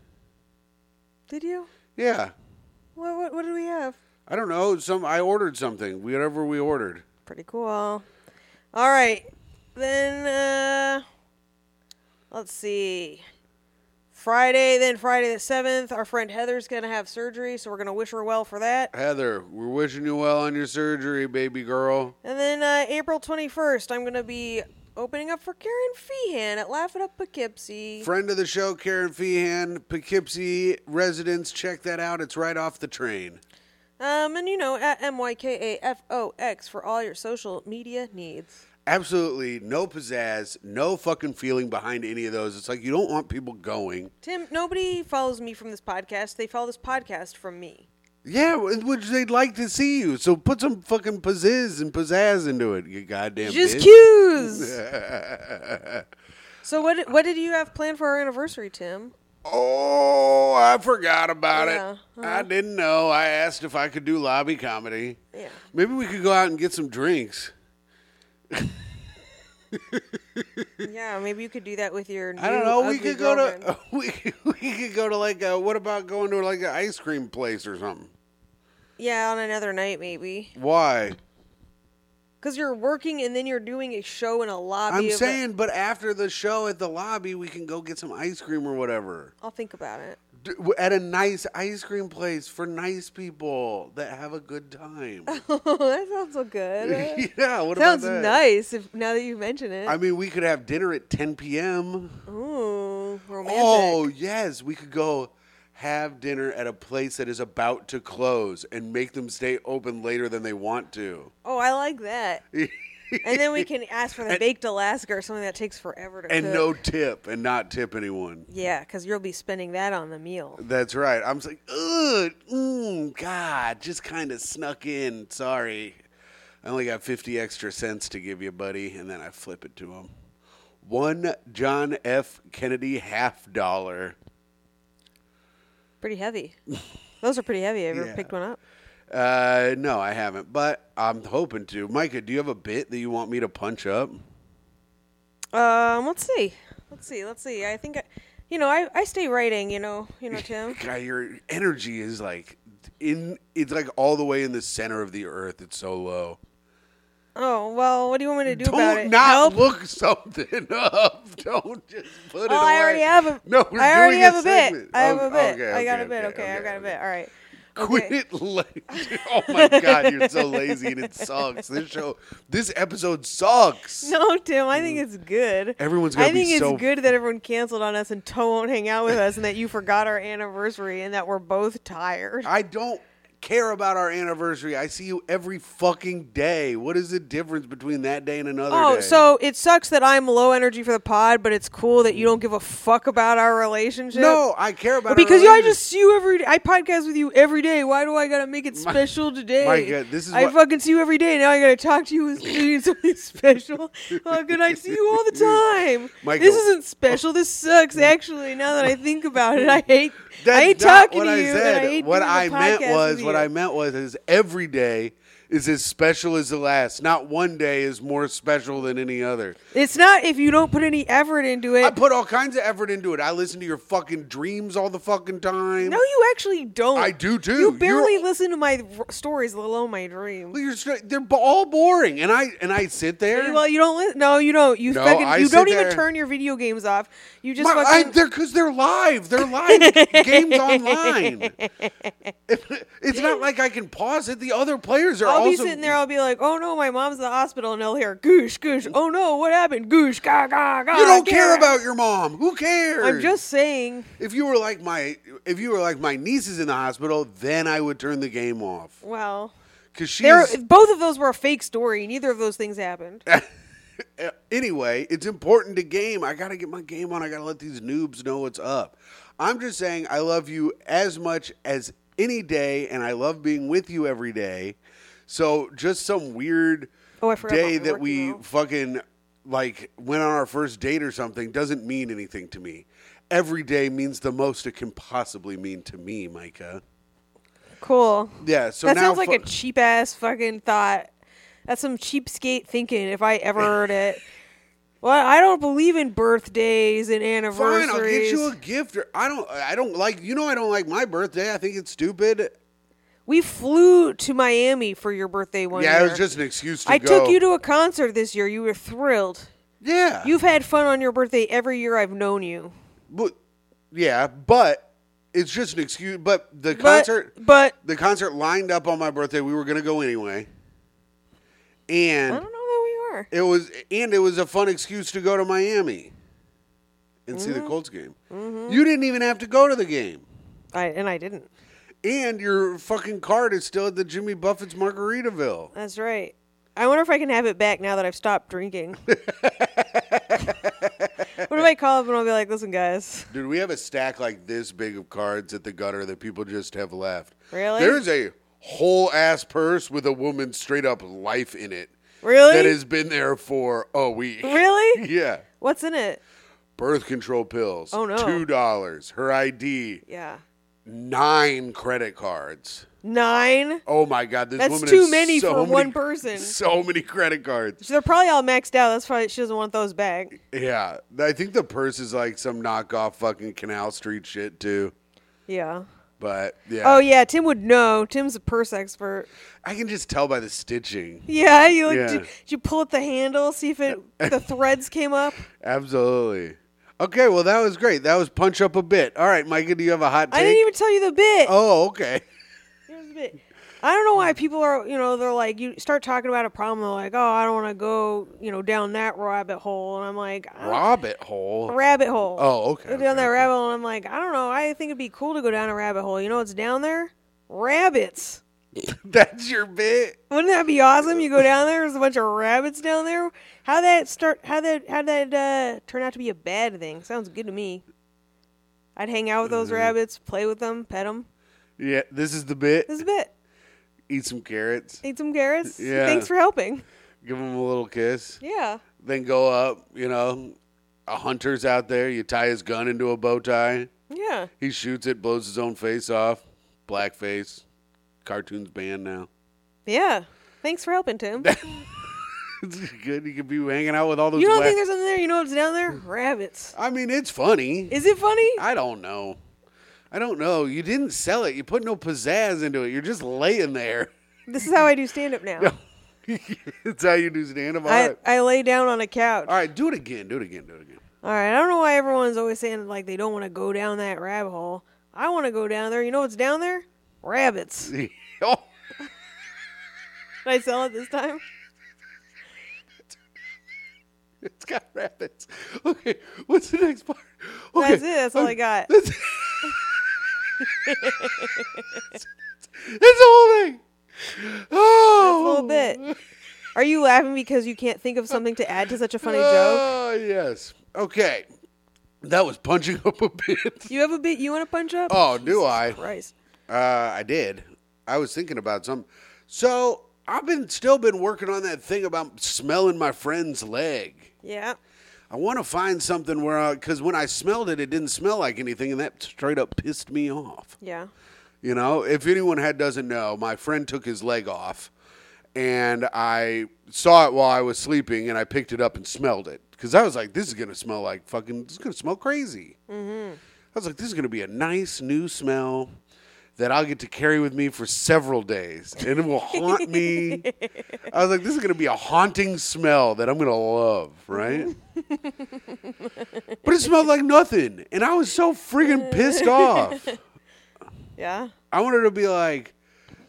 Speaker 2: Did you?
Speaker 1: Yeah.
Speaker 2: What, what, what did we have?
Speaker 1: I don't know. Some I ordered something. Whatever we ordered.
Speaker 2: Pretty cool. All right. Then, uh, let's see. Friday, then Friday the 7th, our friend Heather's going to have surgery, so we're going to wish her well for that.
Speaker 1: Heather, we're wishing you well on your surgery, baby girl.
Speaker 2: And then uh, April 21st, I'm going to be opening up for Karen Feehan at Laugh It Up Poughkeepsie.
Speaker 1: Friend of the show, Karen Feehan, Poughkeepsie residents. Check that out. It's right off the train.
Speaker 2: Um, and you know, at MYKAFOX for all your social media needs.
Speaker 1: Absolutely no pizzazz, no fucking feeling behind any of those. It's like you don't want people going.
Speaker 2: Tim, nobody follows me from this podcast. They follow this podcast from me.
Speaker 1: Yeah, which they'd like to see you. So put some fucking pizzazz and pizzazz into it, you goddamn
Speaker 2: Just
Speaker 1: bitch.
Speaker 2: cues. so what? What did you have planned for our anniversary, Tim?
Speaker 1: Oh, I forgot about
Speaker 2: Yeah, uh-huh.
Speaker 1: it. I didn't know. I asked if I could do lobby comedy.
Speaker 2: Yeah.
Speaker 1: Maybe we could go out and get some drinks.
Speaker 2: Yeah, maybe you could do that with your. New
Speaker 1: I don't know. We
Speaker 2: ugly
Speaker 1: could go
Speaker 2: girlfriend.
Speaker 1: to we, we could go to like a, what about going to like an ice cream place or something?
Speaker 2: Yeah, on another night maybe.
Speaker 1: Why?
Speaker 2: Because you're working and then you're doing a show in a lobby.
Speaker 1: I'm
Speaker 2: of a-
Speaker 1: saying, but after the show at the lobby, we can go get some ice cream or whatever
Speaker 2: I'll think about it.
Speaker 1: D- w- at a nice ice cream place for nice people that have a good time.
Speaker 2: that sounds so good.
Speaker 1: yeah, what
Speaker 2: Sounds
Speaker 1: about that?
Speaker 2: nice. If now that you mention it.
Speaker 1: I mean, we could have dinner at 10 p.m.
Speaker 2: Ooh, romantic.
Speaker 1: Oh, yes. We could go have dinner at a place that is about to close and make them stay open later than they want to.
Speaker 2: Oh, I like that. and then we can ask for the baked Alaska or something that takes forever to
Speaker 1: And
Speaker 2: cook.
Speaker 1: no tip and not tip anyone.
Speaker 2: Yeah, because you'll be spending that on the meal.
Speaker 1: That's right. I'm just like, ugh, mm, God, just kind of snuck in. Sorry. I only got 50 extra cents to give you, buddy. And then I flip it to him. One John F. Kennedy half dollar.
Speaker 2: Pretty heavy. Those are pretty heavy. I ever
Speaker 1: Yeah.
Speaker 2: picked one up.
Speaker 1: Uh, no, I haven't, but I'm hoping to. Micah, do you have a bit that you want me to punch up?
Speaker 2: Um, let's see. Let's see. Let's see. I think, I, you know, I, I stay writing. You know, you know, Tim.
Speaker 1: Guy, your energy is like in it's like all the way in the center of the earth. It's so low.
Speaker 2: Oh well, what do you want me to do about
Speaker 1: Don't
Speaker 2: it?
Speaker 1: not
Speaker 2: Help?
Speaker 1: look something up. Don't just put it
Speaker 2: Oh, I already
Speaker 1: away.
Speaker 2: have a.
Speaker 1: No, we're
Speaker 2: I already
Speaker 1: doing
Speaker 2: have a bit.
Speaker 1: segment.
Speaker 2: I have
Speaker 1: Oh,
Speaker 2: a bit.
Speaker 1: okay,
Speaker 2: I got
Speaker 1: okay,
Speaker 2: a bit. Okay, I got a
Speaker 1: okay.
Speaker 2: bit. All right.
Speaker 1: Quit
Speaker 2: Okay.
Speaker 1: it, like, oh my god, you're so lazy and it sucks. This show, this episode sucks.
Speaker 2: No, Tim. I think it's good.
Speaker 1: Everyone's gonna
Speaker 2: I think
Speaker 1: be
Speaker 2: it's
Speaker 1: so-
Speaker 2: good that everyone canceled on us and Toe won't hang out with us, and that you forgot our anniversary, and that we're both tired.
Speaker 1: I don't care about our anniversary. I see you every fucking day. What is the difference between that day and another
Speaker 2: Oh,
Speaker 1: day?
Speaker 2: so it sucks that I'm low energy for the pod, but it's cool that you don't give a fuck about our relationship.
Speaker 1: no, I care about
Speaker 2: Well,
Speaker 1: our
Speaker 2: because you, I
Speaker 1: relationship.
Speaker 2: just see you every day. I podcast with you every day. Why do I gotta make it special today?
Speaker 1: my God, this is
Speaker 2: I
Speaker 1: what-
Speaker 2: fucking see you every day. Now I gotta talk to you as being something special. How can I see you all the time?
Speaker 1: Michael.
Speaker 2: This isn't special. This sucks. Actually, now that I think about it, I hate. I
Speaker 1: That's
Speaker 2: hate
Speaker 1: not
Speaker 2: talking
Speaker 1: what
Speaker 2: to
Speaker 1: I
Speaker 2: you. and
Speaker 1: Said.
Speaker 2: I hate
Speaker 1: what
Speaker 2: doing the
Speaker 1: I meant
Speaker 2: podcast
Speaker 1: was
Speaker 2: with
Speaker 1: what
Speaker 2: you.
Speaker 1: I meant was is every day is as special as the last. Not one day is more special than any other.
Speaker 2: It's not if you don't put any effort into it.
Speaker 1: I put all kinds of effort into it. I listen to your fucking dreams all the fucking time.
Speaker 2: no, you actually don't.
Speaker 1: I do too.
Speaker 2: You barely
Speaker 1: You're-
Speaker 2: listen to my r- stories, let alone my dreams.
Speaker 1: Well, you're straight, they're b- all boring, and I and I sit there.
Speaker 2: Well, you don't. Li- no, you don't. You
Speaker 1: No, I
Speaker 2: fucking. You
Speaker 1: sit
Speaker 2: don't even
Speaker 1: there.
Speaker 2: turn your video games off. You just
Speaker 1: My- I,
Speaker 2: fucking.
Speaker 1: they're because they're live. They're live games online. it's not like I can pause it. The other players are
Speaker 2: I'll
Speaker 1: also
Speaker 2: be sitting there. I'll be like, "Oh no, my mom's in the hospital," and they'll hear "goosh, goosh." Oh no, what happened? Goosh, ga, ga, ga.
Speaker 1: You don't care
Speaker 2: yeah."
Speaker 1: about your mom. Who cares?
Speaker 2: I'm just saying.
Speaker 1: If you were like my if you were like my niece is in the hospital, then I would turn the game off
Speaker 2: Well,
Speaker 1: because she's
Speaker 2: there. Both of those were a fake story. Neither of those things happened.
Speaker 1: Uh, anyway, it's important to game. I got to get my game on. I got to let these noobs know what's up. I'm just saying I love you as much as any day, and I love being with you every day. So just some weird
Speaker 2: Oh, I forgot
Speaker 1: day
Speaker 2: about my
Speaker 1: that
Speaker 2: work
Speaker 1: we
Speaker 2: email.
Speaker 1: fucking like went on our first date or something doesn't mean anything to me. Every day means the most it can possibly mean to me, Micah.
Speaker 2: Cool.
Speaker 1: Yeah, so
Speaker 2: that
Speaker 1: now
Speaker 2: sounds like
Speaker 1: fu-
Speaker 2: a cheap ass fucking thought. That's some cheapskate thinking if I ever heard it. Well, I don't believe in birthdays and anniversaries.
Speaker 1: Fine, I'll get you a gift. Or I don't. I don't like. You know, I don't like my birthday. I think it's stupid.
Speaker 2: we flew to Miami for your birthday one
Speaker 1: Yeah,
Speaker 2: year.
Speaker 1: it was just an excuse to
Speaker 2: I
Speaker 1: go.
Speaker 2: took you to a concert this year. You were thrilled.
Speaker 1: Yeah.
Speaker 2: You've had fun on your birthday every year I've known you.
Speaker 1: But, yeah, but it's just an excuse. But the
Speaker 2: But,
Speaker 1: concert,
Speaker 2: but
Speaker 1: the concert lined up on my birthday. We were gonna go anyway,
Speaker 2: I
Speaker 1: and
Speaker 2: don't know that we are.
Speaker 1: it was and it was a fun excuse to go to Miami and see the
Speaker 2: Mm-hmm.
Speaker 1: Colts game. You didn't even have to go to the game,
Speaker 2: I and I didn't.
Speaker 1: and your fucking card is still at the Jimmy Buffett's Margaritaville.
Speaker 2: That's right. I wonder if I can have it back now that I've stopped drinking. what if I call up and I'll be like, "Listen, guys,
Speaker 1: Dude, we have a stack like this big of cards at the gutter that people just have left.
Speaker 2: Really?
Speaker 1: There's a whole ass purse with a woman's straight up life in it.
Speaker 2: Really?
Speaker 1: That has been there for a week.
Speaker 2: really?
Speaker 1: Yeah.
Speaker 2: What's in it?"
Speaker 1: Birth control pills.
Speaker 2: Oh, no.
Speaker 1: Two dollars. Her ID.
Speaker 2: Yeah,
Speaker 1: Nine credit cards.
Speaker 2: nine.
Speaker 1: Oh my god, this
Speaker 2: That's
Speaker 1: woman
Speaker 2: too
Speaker 1: has
Speaker 2: many
Speaker 1: so
Speaker 2: for
Speaker 1: many-
Speaker 2: one person.
Speaker 1: So many credit cards.
Speaker 2: So they're probably all maxed out. That's probably she doesn't want those back.
Speaker 1: Yeah. I think the purse is like some knockoff fucking Canal Street shit too.
Speaker 2: Yeah.
Speaker 1: But yeah.
Speaker 2: Oh yeah, Tim would know. Tim's a purse expert.
Speaker 1: I can just tell by the stitching.
Speaker 2: Yeah, you like,
Speaker 1: Yeah.
Speaker 2: Did, did you pull at the handle, see if it the threads came up.
Speaker 1: Absolutely. Okay, well that was great. That was punch up a bit. All right, Micah, do you have a hot take?
Speaker 2: I didn't even tell you the bit.
Speaker 1: oh, okay.
Speaker 2: Here's the bit. I don't know why people are, you know, they're like, you start talking about a problem, they're like, oh, I don't want to go, you know, down that rabbit hole. And I'm like, I don't-
Speaker 1: Rabbit hole.
Speaker 2: rabbit hole.
Speaker 1: Oh, okay,
Speaker 2: Go down
Speaker 1: okay,
Speaker 2: that
Speaker 1: okay.
Speaker 2: rabbit hole. And I'm like, I don't know. I think it'd be cool to go down a rabbit hole. You know what's down there? Rabbits.
Speaker 1: That's your bit.
Speaker 2: Wouldn't that be awesome? You go down there, there's a bunch of rabbits down there. How that start? How that? How that uh, turn out to be a bad thing? Sounds good to me. I'd hang out with those
Speaker 1: Mm-hmm.
Speaker 2: rabbits, play with them, pet them.
Speaker 1: Yeah, this is the bit.
Speaker 2: This is a bit.
Speaker 1: Eat some carrots.
Speaker 2: Eat some carrots.
Speaker 1: Yeah.
Speaker 2: Thanks for helping.
Speaker 1: Give them a little kiss.
Speaker 2: Yeah.
Speaker 1: Then go up, you know, a hunter's out there. You tie his gun into a bow tie.
Speaker 2: Yeah.
Speaker 1: He shoots it, blows his own face off. Blackface. Cartoons banned now.
Speaker 2: Yeah. Thanks for helping, Tim.
Speaker 1: it's good. You could be hanging out with all those.
Speaker 2: You don't
Speaker 1: whack-
Speaker 2: think there's something there? You know what's down there? Rabbits.
Speaker 1: I mean, it's funny.
Speaker 2: Is it funny?
Speaker 1: I don't know. I don't know. You didn't sell it. You put no pizzazz into it. You're just laying there.
Speaker 2: This is how I do stand up now.
Speaker 1: That's how you do stand up. All
Speaker 2: I,
Speaker 1: right.
Speaker 2: I lay down on a couch.
Speaker 1: All right, do it again. Do it again. Do it again.
Speaker 2: All right. I don't know why everyone's always saying like they don't want to go down that rabbit hole. I want to go down there. You know what's down there? Rabbits. Did
Speaker 1: oh,
Speaker 2: I sell it this time?
Speaker 1: it's got rabbits. Okay, what's the next part? Okay.
Speaker 2: That's it. That's all I got.
Speaker 1: That's, That's the whole thing.
Speaker 2: A
Speaker 1: Oh,
Speaker 2: little bit. Are you laughing because you can't think of something to add to such a funny joke?
Speaker 1: Oh, yes. Okay, that was punching up a bit.
Speaker 2: You have a bit you want to punch up?
Speaker 1: Oh, do
Speaker 2: Jesus
Speaker 1: I?
Speaker 2: Christ.
Speaker 1: Uh, I did. I was thinking about some. So I've been still been working on that thing about smelling my friend's leg.
Speaker 2: Yeah.
Speaker 1: I want to find something where because when I smelled it, it didn't smell like anything, and that straight up pissed me off.
Speaker 2: Yeah.
Speaker 1: You know, if anyone had doesn't know, my friend took his leg off, and I saw it while I was sleeping, and I picked it up and smelled it because I was like, "This is gonna smell like fucking. This is gonna smell crazy." Mm-hmm. I was like, "This is gonna be a nice new smell that I'll get to carry with me for several days, and it will haunt me." I was like, "This is gonna be a haunting smell that I'm gonna love, right?" but it smelled like nothing, and I was so friggin' pissed off.
Speaker 2: Yeah.
Speaker 1: I wanted to be like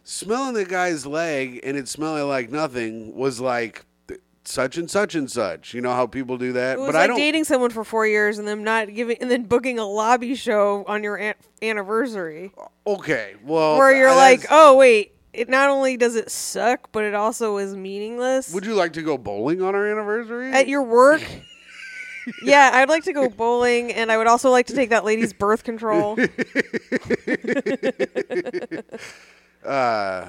Speaker 1: smelling the guy's leg and it smelling like nothing was like th- such and such and such. You know how people do that,
Speaker 2: It was
Speaker 1: but
Speaker 2: like
Speaker 1: I don't.
Speaker 2: dating someone for four years and then not giving and then booking a lobby show on your an- anniversary
Speaker 1: Oh, okay, well,
Speaker 2: where you're
Speaker 1: I-
Speaker 2: like,
Speaker 1: that's-
Speaker 2: oh wait, it not only does it suck, but it also is meaningless
Speaker 1: would you like to go bowling on our anniversary?
Speaker 2: at your work. yeah, I'd like to go bowling, and I would also like to take that lady's birth control.
Speaker 1: uh,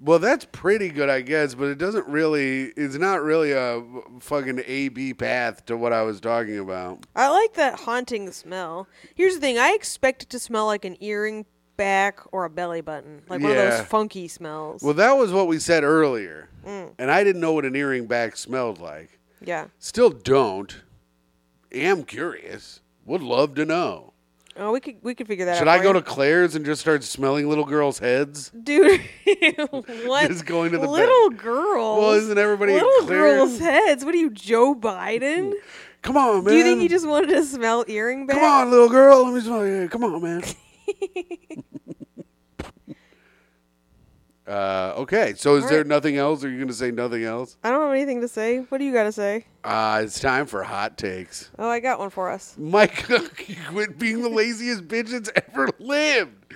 Speaker 1: well, that's pretty good, I guess, but it doesn't really. It's not really a fucking A B path to what I was talking about.
Speaker 2: I like that haunting smell. Here's the thing: I expect it to smell like an earring back or a belly button, like one of
Speaker 1: Yeah.
Speaker 2: those funky smells.
Speaker 1: Well, that was what we said earlier,
Speaker 2: Mm.
Speaker 1: and I didn't know what an earring back smelled like.
Speaker 2: yeah.
Speaker 1: Still don't. Am curious. Would love to know.
Speaker 2: Oh, we could we could figure that
Speaker 1: Should
Speaker 2: out.
Speaker 1: I go to Claire's and just start smelling little girls' heads?
Speaker 2: dude? what?
Speaker 1: Just going to the
Speaker 2: little girls.
Speaker 1: Well, isn't everybody at
Speaker 2: little
Speaker 1: Claire-
Speaker 2: girls' heads? What are you, Joe Biden?
Speaker 1: Come on, man.
Speaker 2: Do you think he just wanted to smell earring back?
Speaker 1: Come on, little girl. Let me smell you. Come on, man. uh, okay. So, is
Speaker 2: All
Speaker 1: there
Speaker 2: right.
Speaker 1: nothing else? Are you going to say nothing else?
Speaker 2: I don't have anything to say. What do you got to say?
Speaker 1: Uh, it's time for hot takes.
Speaker 2: Oh, I got one for us.
Speaker 1: Micah, you quit being the laziest bitch that's ever lived.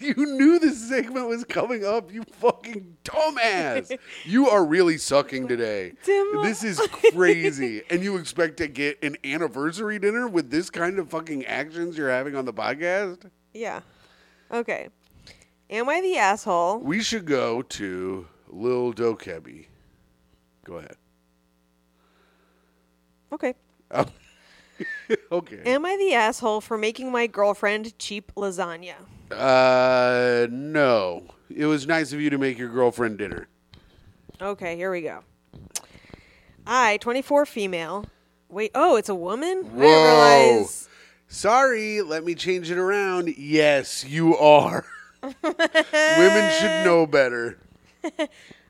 Speaker 1: You knew this segment was coming up, you fucking dumbass. You are really sucking today.
Speaker 2: Tim-
Speaker 1: This is crazy. and you expect to get an anniversary dinner with this kind of fucking actions you're having on the podcast?
Speaker 2: Yeah. Okay. Am I the asshole?
Speaker 1: We should go to Lil Dokebi. Go ahead.
Speaker 2: Okay.
Speaker 1: Okay.
Speaker 2: Am I the asshole for making my girlfriend cheap lasagna?
Speaker 1: Uh, no. It was nice of you to make your girlfriend dinner.
Speaker 2: Okay, here we go. I, 24 female. Wait, oh, it's a woman? I didn't
Speaker 1: Whoa.
Speaker 2: realize.
Speaker 1: Sorry, let me change it around. Yes, you are. Women should know better.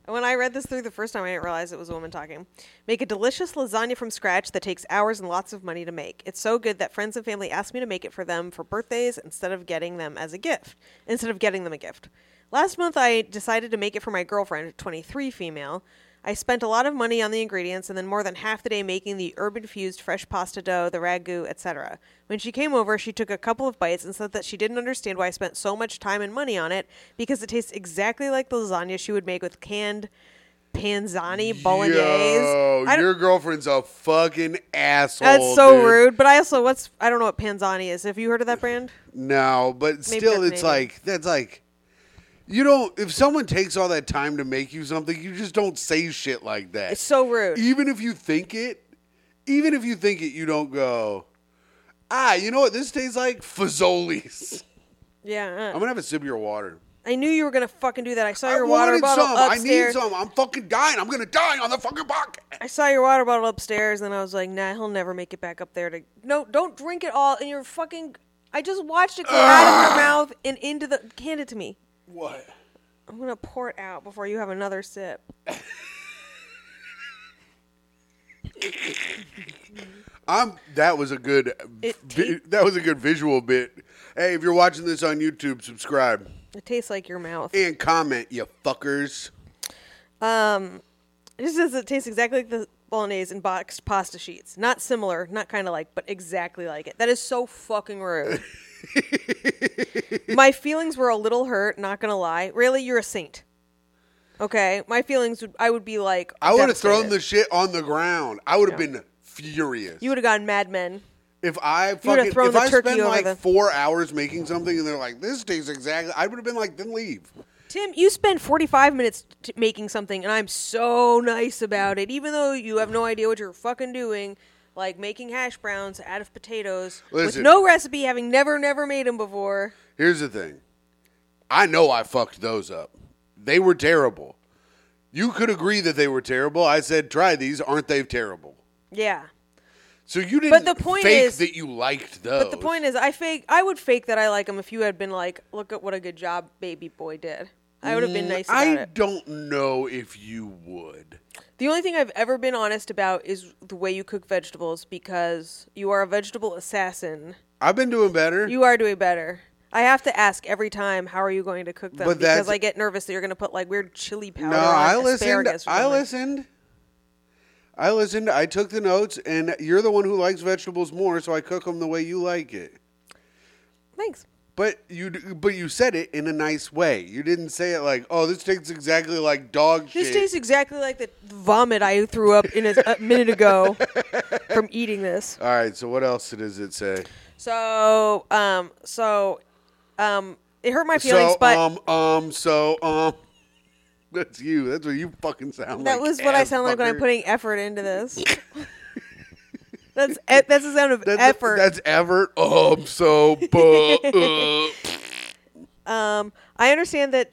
Speaker 2: When I read this through the first time, I didn't realize it was a woman talking. Make a delicious lasagna from scratch that takes hours and lots of money to make. It's so good that friends and family asked me to make it for them for birthdays instead of getting them as a gift. Instead of getting them a gift. Last month, I decided to make it for my girlfriend, 23 female. I spent a lot of money on the ingredients and then more than half the day making the herb infused fresh pasta dough, the ragu, etc. When she came over, she took a couple of bites and said that she didn't understand why I spent so much time and money on it because it tastes exactly like the lasagna she would make with canned panzani bolognese.
Speaker 1: Yo,
Speaker 2: I don't-
Speaker 1: your girlfriend's a fucking asshole.
Speaker 2: that's so
Speaker 1: dude.
Speaker 2: rude. But I also, what's, I don't know what panzani is. Have you heard of that brand?
Speaker 1: No, but still,
Speaker 2: that's
Speaker 1: it's
Speaker 2: maybe.
Speaker 1: like that's like you don't. If someone takes all that time to make you something, you just don't say shit like that.
Speaker 2: It's so rude.
Speaker 1: even if you think it, even if you think it, you don't go. Ah, you know what? This tastes like Fazoli's.
Speaker 2: yeah.
Speaker 1: I'm
Speaker 2: uh,
Speaker 1: gonna have a sip of your water.
Speaker 2: I knew you were going to fucking do that. I saw
Speaker 1: Um, I
Speaker 2: your water
Speaker 1: wanted
Speaker 2: bottle
Speaker 1: some.
Speaker 2: upstairs.
Speaker 1: I need some. I'm fucking dying. I'm gonna die on the fucking podcast.
Speaker 2: I saw your water bottle upstairs, and I was like, nah, he'll never make it back up there to. No, don't drink it all in your fucking. I just watched it go out of your mouth and into the. Hand it to me.
Speaker 1: What?
Speaker 2: I'm gonna pour it out before you have another sip.
Speaker 1: I'm. That was a good.
Speaker 2: It
Speaker 1: vi-
Speaker 2: ta-
Speaker 1: that was a good visual bit. Hey, if you're watching this on YouTube, subscribe
Speaker 2: It tastes like your mouth.
Speaker 1: and comment, you fuckers.
Speaker 2: Um, this says it tastes exactly like the bolognese in boxed pasta sheets. Not similar, not kind of like, but exactly like it. That is so fucking rude. My feelings were a little hurt. Not gonna lie. Really, you're a saint. Okay, my feelings would I would be like
Speaker 1: I would have thrown
Speaker 2: devastated.
Speaker 1: the shit on the ground. I would have been furious.
Speaker 2: You would have gone Mad Men.
Speaker 1: if I fucking
Speaker 2: thrown
Speaker 1: if
Speaker 2: the
Speaker 1: I
Speaker 2: turkey
Speaker 1: spend
Speaker 2: over
Speaker 1: like
Speaker 2: the-
Speaker 1: four hours making something and they're like, this tastes exactly. I would have been like, then leave.
Speaker 2: Tim, you spend 45 minutes t- making something, and I'm so nice about it, even though you have no idea what you're fucking doing, like making hash browns out of potatoes
Speaker 1: Listen.
Speaker 2: with no recipe, having never, never made them before.
Speaker 1: Here's the thing. I know I fucked those up. They were terrible. You could agree that they were terrible. I said, try these. Aren't they terrible?
Speaker 2: Yeah.
Speaker 1: So you didn't
Speaker 2: the point
Speaker 1: fake
Speaker 2: is-
Speaker 1: that you liked those.
Speaker 2: But the point is, I fake, I would fake that I like them if you had been like, look at what a good job baby boy did. I would have been nice about
Speaker 1: I
Speaker 2: it.
Speaker 1: don't know if you would.
Speaker 2: The only thing I've ever been honest about is the way you cook vegetables because you are a vegetable assassin.
Speaker 1: I've been doing better.
Speaker 2: You are doing better. I have to ask every time, how are you going to cook them?
Speaker 1: But that's-
Speaker 2: because I get nervous that you're going to put like weird chili powder.
Speaker 1: no,
Speaker 2: on
Speaker 1: I listened.
Speaker 2: asparagus or
Speaker 1: I
Speaker 2: something.
Speaker 1: listened. I listened. I took the notes, and you're the one who likes vegetables more, so I cook them the way you like it.
Speaker 2: Thanks.
Speaker 1: But you, d- but you said it in a nice way. You didn't say it like, "Oh, this tastes exactly like dog
Speaker 2: This
Speaker 1: shit."
Speaker 2: tastes exactly like the vomit I threw up in a, a minute ago from eating this.
Speaker 1: All right. So what else does it say?
Speaker 2: So, um, so, um, it hurt my feelings, but
Speaker 1: um, um, so um, that's you. That's what you fucking sound like.
Speaker 2: that was what I sound like when I'm
Speaker 1: ass fucker.
Speaker 2: putting effort into this. that's e- that's the sound of
Speaker 1: That's-
Speaker 2: effort.
Speaker 1: That's effort. Um, so, but, uh,
Speaker 2: Um, I understand that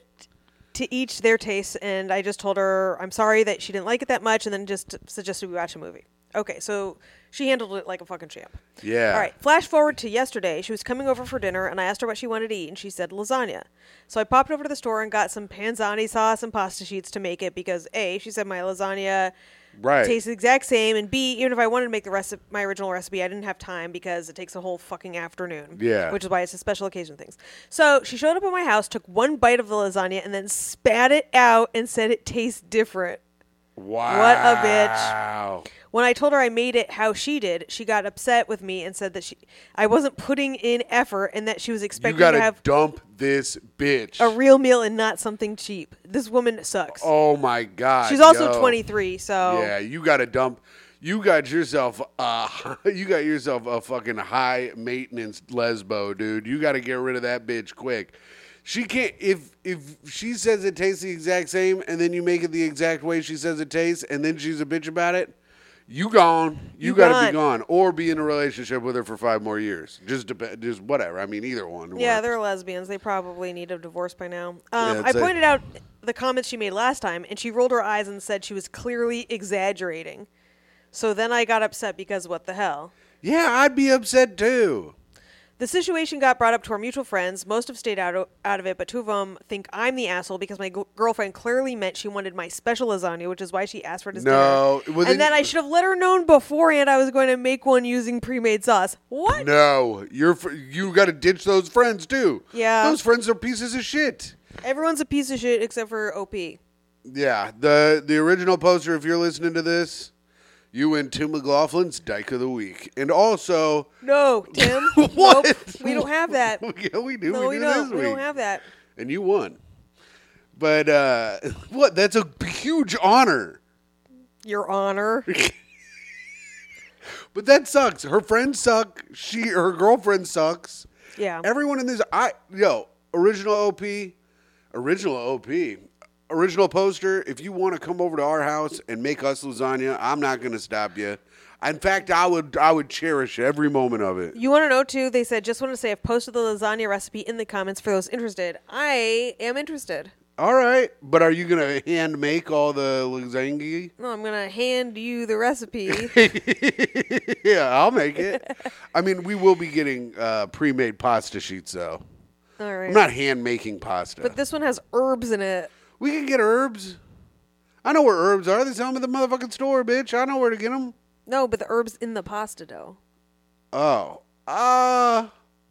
Speaker 2: to each their tastes, and I just told her I'm sorry that she didn't like it that much, and then just suggested we watch a movie. Okay, so she handled it like a fucking champ.
Speaker 1: Yeah.
Speaker 2: All right. Flash forward to yesterday. She was coming over for dinner, and I asked her what she wanted to eat, and she said lasagna. So I popped over to the store and got some panzani sauce and pasta sheets to make it because a she said my lasagna
Speaker 1: Right.
Speaker 2: tastes the exact same, and b even if I wanted to make the rest of my original recipe, I didn't have time because it takes a whole fucking afternoon.
Speaker 1: Yeah.
Speaker 2: Which is why it's a special occasion things. So she showed up at my house, took one bite of the lasagna, and then spat it out and said it tastes different.
Speaker 1: Wow.
Speaker 2: a bitch.
Speaker 1: Wow.
Speaker 2: When I told her I made it how she did, she got upset with me and said that she I wasn't putting in effort and that she was
Speaker 1: You
Speaker 2: expecting
Speaker 1: gotta
Speaker 2: to have
Speaker 1: dump this bitch.
Speaker 2: a real meal and not something cheap. This woman sucks.
Speaker 1: oh my god.
Speaker 2: She's also
Speaker 1: yo.
Speaker 2: 23, so
Speaker 1: Yeah, you gotta dump. You got yourself uh you got yourself a fucking high maintenance lesbo, dude. You gotta get rid of that bitch quick. She can't if if she says it tastes the exact same and then you make it the exact way she says it tastes and then she's a bitch about it, you gone. You,
Speaker 2: You
Speaker 1: gotta be
Speaker 2: gone.
Speaker 1: gone. Or be in a relationship with her for five more years. Just dep- just whatever. I mean either one.
Speaker 2: Yeah,
Speaker 1: works.
Speaker 2: they're lesbians. They probably need a divorce by now. Um,
Speaker 1: Yeah,
Speaker 2: I
Speaker 1: it's a-
Speaker 2: pointed out the comments she made last time, and she rolled her eyes and said she was clearly exaggerating. So then I got upset because what the hell?
Speaker 1: Yeah, I'd be upset too.
Speaker 2: The situation got brought up to our mutual friends. Most have stayed out of, out of it, but two of them think I'm the asshole because my g- girlfriend clearly meant she wanted my special lasagna, which is why she asked for it as
Speaker 1: No,
Speaker 2: dinner.
Speaker 1: well, then-
Speaker 2: and then I should have let her known beforehand I was going to make one using pre-made sauce. What?
Speaker 1: No, you're fr- you got to ditch those friends too.
Speaker 2: Yeah.
Speaker 1: those friends are pieces of shit.
Speaker 2: Everyone's a piece of shit except for OP.
Speaker 1: Yeah, the the original poster. If you're listening to this, you win Tim McLaughlin's Dyke of the Week, and also
Speaker 2: No, Tim.
Speaker 1: What?
Speaker 2: Nope. We don't have that.
Speaker 1: yeah, we do.
Speaker 2: No,
Speaker 1: we,
Speaker 2: we,
Speaker 1: do
Speaker 2: don't.
Speaker 1: This
Speaker 2: We don't
Speaker 1: week.
Speaker 2: have that.
Speaker 1: And you won, but uh, what? That's a huge honor.
Speaker 2: Your Honor.
Speaker 1: But that sucks. Her friends suck. She her girlfriend sucks.
Speaker 2: Yeah.
Speaker 1: Everyone in this, I yo, original OP, original OP, original poster. If you want to come over to our house and make us lasagna, I'm not gonna stop you. In fact, I would I would cherish every moment of it.
Speaker 2: You want to know too? They said just want to say I've posted the lasagna recipe in the comments for those interested. I am interested.
Speaker 1: All right, but are you gonna hand make all the lasagna?
Speaker 2: No, I'm gonna hand you the recipe.
Speaker 1: yeah, I'll make it. I mean, we will be getting uh, pre-made pasta sheets though.
Speaker 2: All right.
Speaker 1: I'm not hand making pasta.
Speaker 2: but this one has herbs in it.
Speaker 1: We can get herbs. I know where herbs are. They sell them at the motherfucking store, bitch. I know where to get them.
Speaker 2: No, but the herbs in the pasta dough.
Speaker 1: Oh. Uh,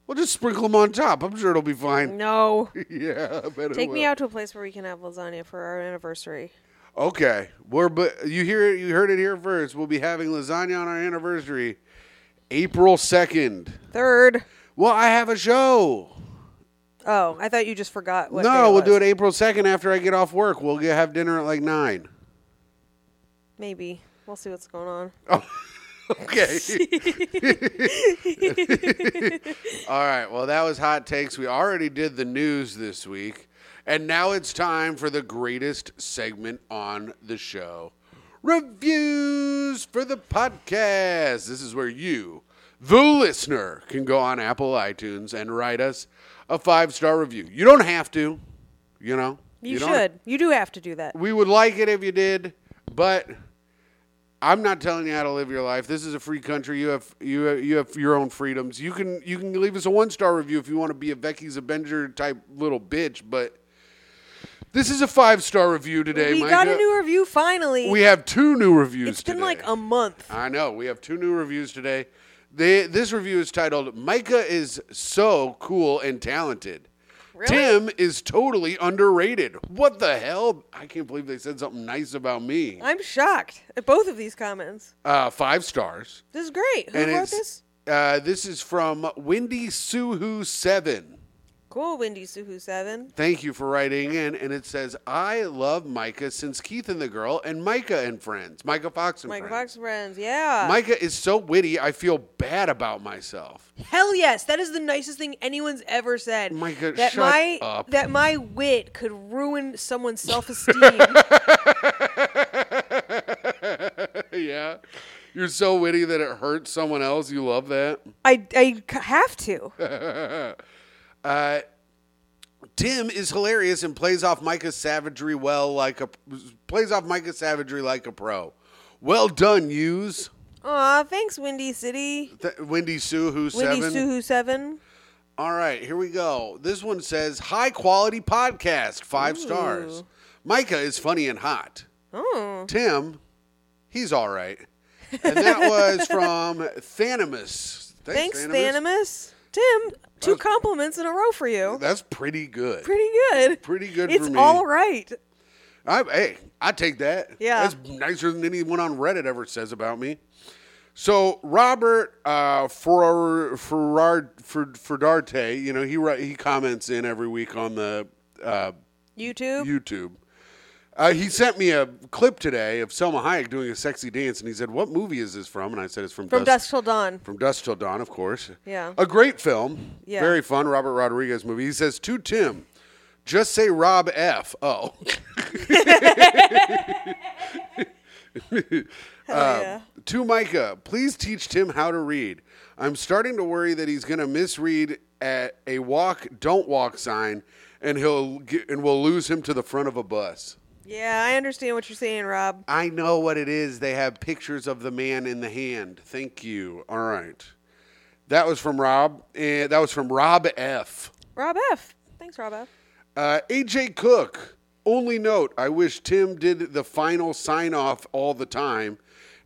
Speaker 1: we'll just sprinkle them on top. I'm sure it'll be fine.
Speaker 2: No.
Speaker 1: yeah, I bet it
Speaker 2: Take me
Speaker 1: will.
Speaker 2: out to a place where we can have lasagna for our anniversary.
Speaker 1: Okay. We're but you hear it, you heard it here first. We'll be having lasagna on our anniversary April 2nd.
Speaker 2: Third.
Speaker 1: Well, I have a show.
Speaker 2: Oh, I thought you just forgot. What
Speaker 1: no, we'll do it April 2nd after I get off work. We'll get, have dinner at like 9.
Speaker 2: Maybe. We'll see what's going on.
Speaker 1: Uh, Okay. All right. Well, that was hot takes. We already did the news this week, and now it's time for the greatest segment on the show. Reviews for the podcast. This is where you, the listener, can go on Apple iTunes and write us a five-star review. You don't have to, you know.
Speaker 2: You,
Speaker 1: don't-
Speaker 2: should. You do have to do that.
Speaker 1: we would like it if you did, but I'm not telling you how to live your life. This is a free country. You have you have, you have your own freedoms. You can you can leave us a one star review if you want to be a Becky's Avenger type little bitch, but this is a five star review today.
Speaker 2: we
Speaker 1: Micah.
Speaker 2: got a new review finally.
Speaker 1: We have two new reviews.
Speaker 2: it's been
Speaker 1: today.
Speaker 2: like a month.
Speaker 1: I know. We have two new reviews today. They, this review is titled Micah is so cool and talented.
Speaker 2: Really?
Speaker 1: Tim is totally underrated. What the hell? I can't believe they said something nice about me.
Speaker 2: I'm shocked at both of these comments.
Speaker 1: Uh, five stars.
Speaker 2: This is great. Who
Speaker 1: and
Speaker 2: wrote
Speaker 1: it's
Speaker 2: this?
Speaker 1: Uh, this is from Wendy Suhu Seven.
Speaker 2: Cool, Wendy Suhu Seven.
Speaker 1: Thank you for writing in. And it says, I love Micah since Keith and the Girl and Micah and Friends. Micah Fox and
Speaker 2: Michael
Speaker 1: Friends.
Speaker 2: Fox friends. Yeah.
Speaker 1: Micah is so witty, I feel bad about myself.
Speaker 2: Hell yes, that is the nicest thing anyone's ever said.
Speaker 1: Micah,
Speaker 2: that
Speaker 1: shut
Speaker 2: my
Speaker 1: up.
Speaker 2: that my wit could ruin someone's self esteem.
Speaker 1: yeah. You're so witty that it hurts someone else. You love that.
Speaker 2: I I c- have to.
Speaker 1: Uh, Tim is hilarious and plays off Micah's savagery well, like a plays off Micah's savagery like a pro. Well done, Hughes.
Speaker 2: Aw, thanks, Windy City.
Speaker 1: Th- Wendy Sue, who's
Speaker 2: Windy
Speaker 1: seven.
Speaker 2: Suhu Seven.
Speaker 1: All right, here we go. This one says high quality podcast, five stars. Micah is funny and hot.
Speaker 2: Oh,
Speaker 1: Tim, he's all right. And that was from Thanamus.
Speaker 2: thanks, Thanamus. Tim, two compliments in a row for you.
Speaker 1: That's pretty good.
Speaker 2: Pretty good.
Speaker 1: Pretty good
Speaker 2: It's
Speaker 1: for me.
Speaker 2: all right.
Speaker 1: I, hey, I take that.
Speaker 2: Yeah.
Speaker 1: That's nicer than anyone on Reddit ever says about me. So Robert uh, Ferrar, Ferrar, Fer- Ferrarte, you know, he wri- he comments in every week on the uh,
Speaker 2: YouTube.
Speaker 1: YouTube. Uh, he sent me a clip today of Selma Hayek doing a sexy dance, and he said, "What movie is this from?" And I said, "It's from,
Speaker 2: From
Speaker 1: Dust,
Speaker 2: Dusk Till Dawn.
Speaker 1: from Dust Till Dawn, of course."
Speaker 2: Yeah.
Speaker 1: a great film,
Speaker 2: Yeah.
Speaker 1: very fun. Robert Rodriguez movie. He says to Tim, "Just say Rob F." Oh,
Speaker 2: Hell yeah.
Speaker 1: to Micah, please teach Tim how to read. I'm starting to worry that he's going to misread at a walk, don't walk sign, and he'll get, and we'll lose him to the front of a bus.
Speaker 2: Yeah, I understand what you're saying, Rob.
Speaker 1: I know what it is. They have pictures of the man in the hand. Thank you. All right. That was from Rob. And that was from Rob F.
Speaker 2: Rob F. Thanks, Rob F.
Speaker 1: Uh, AJ Cook. Only note, I wish Tim did the final sign off all the time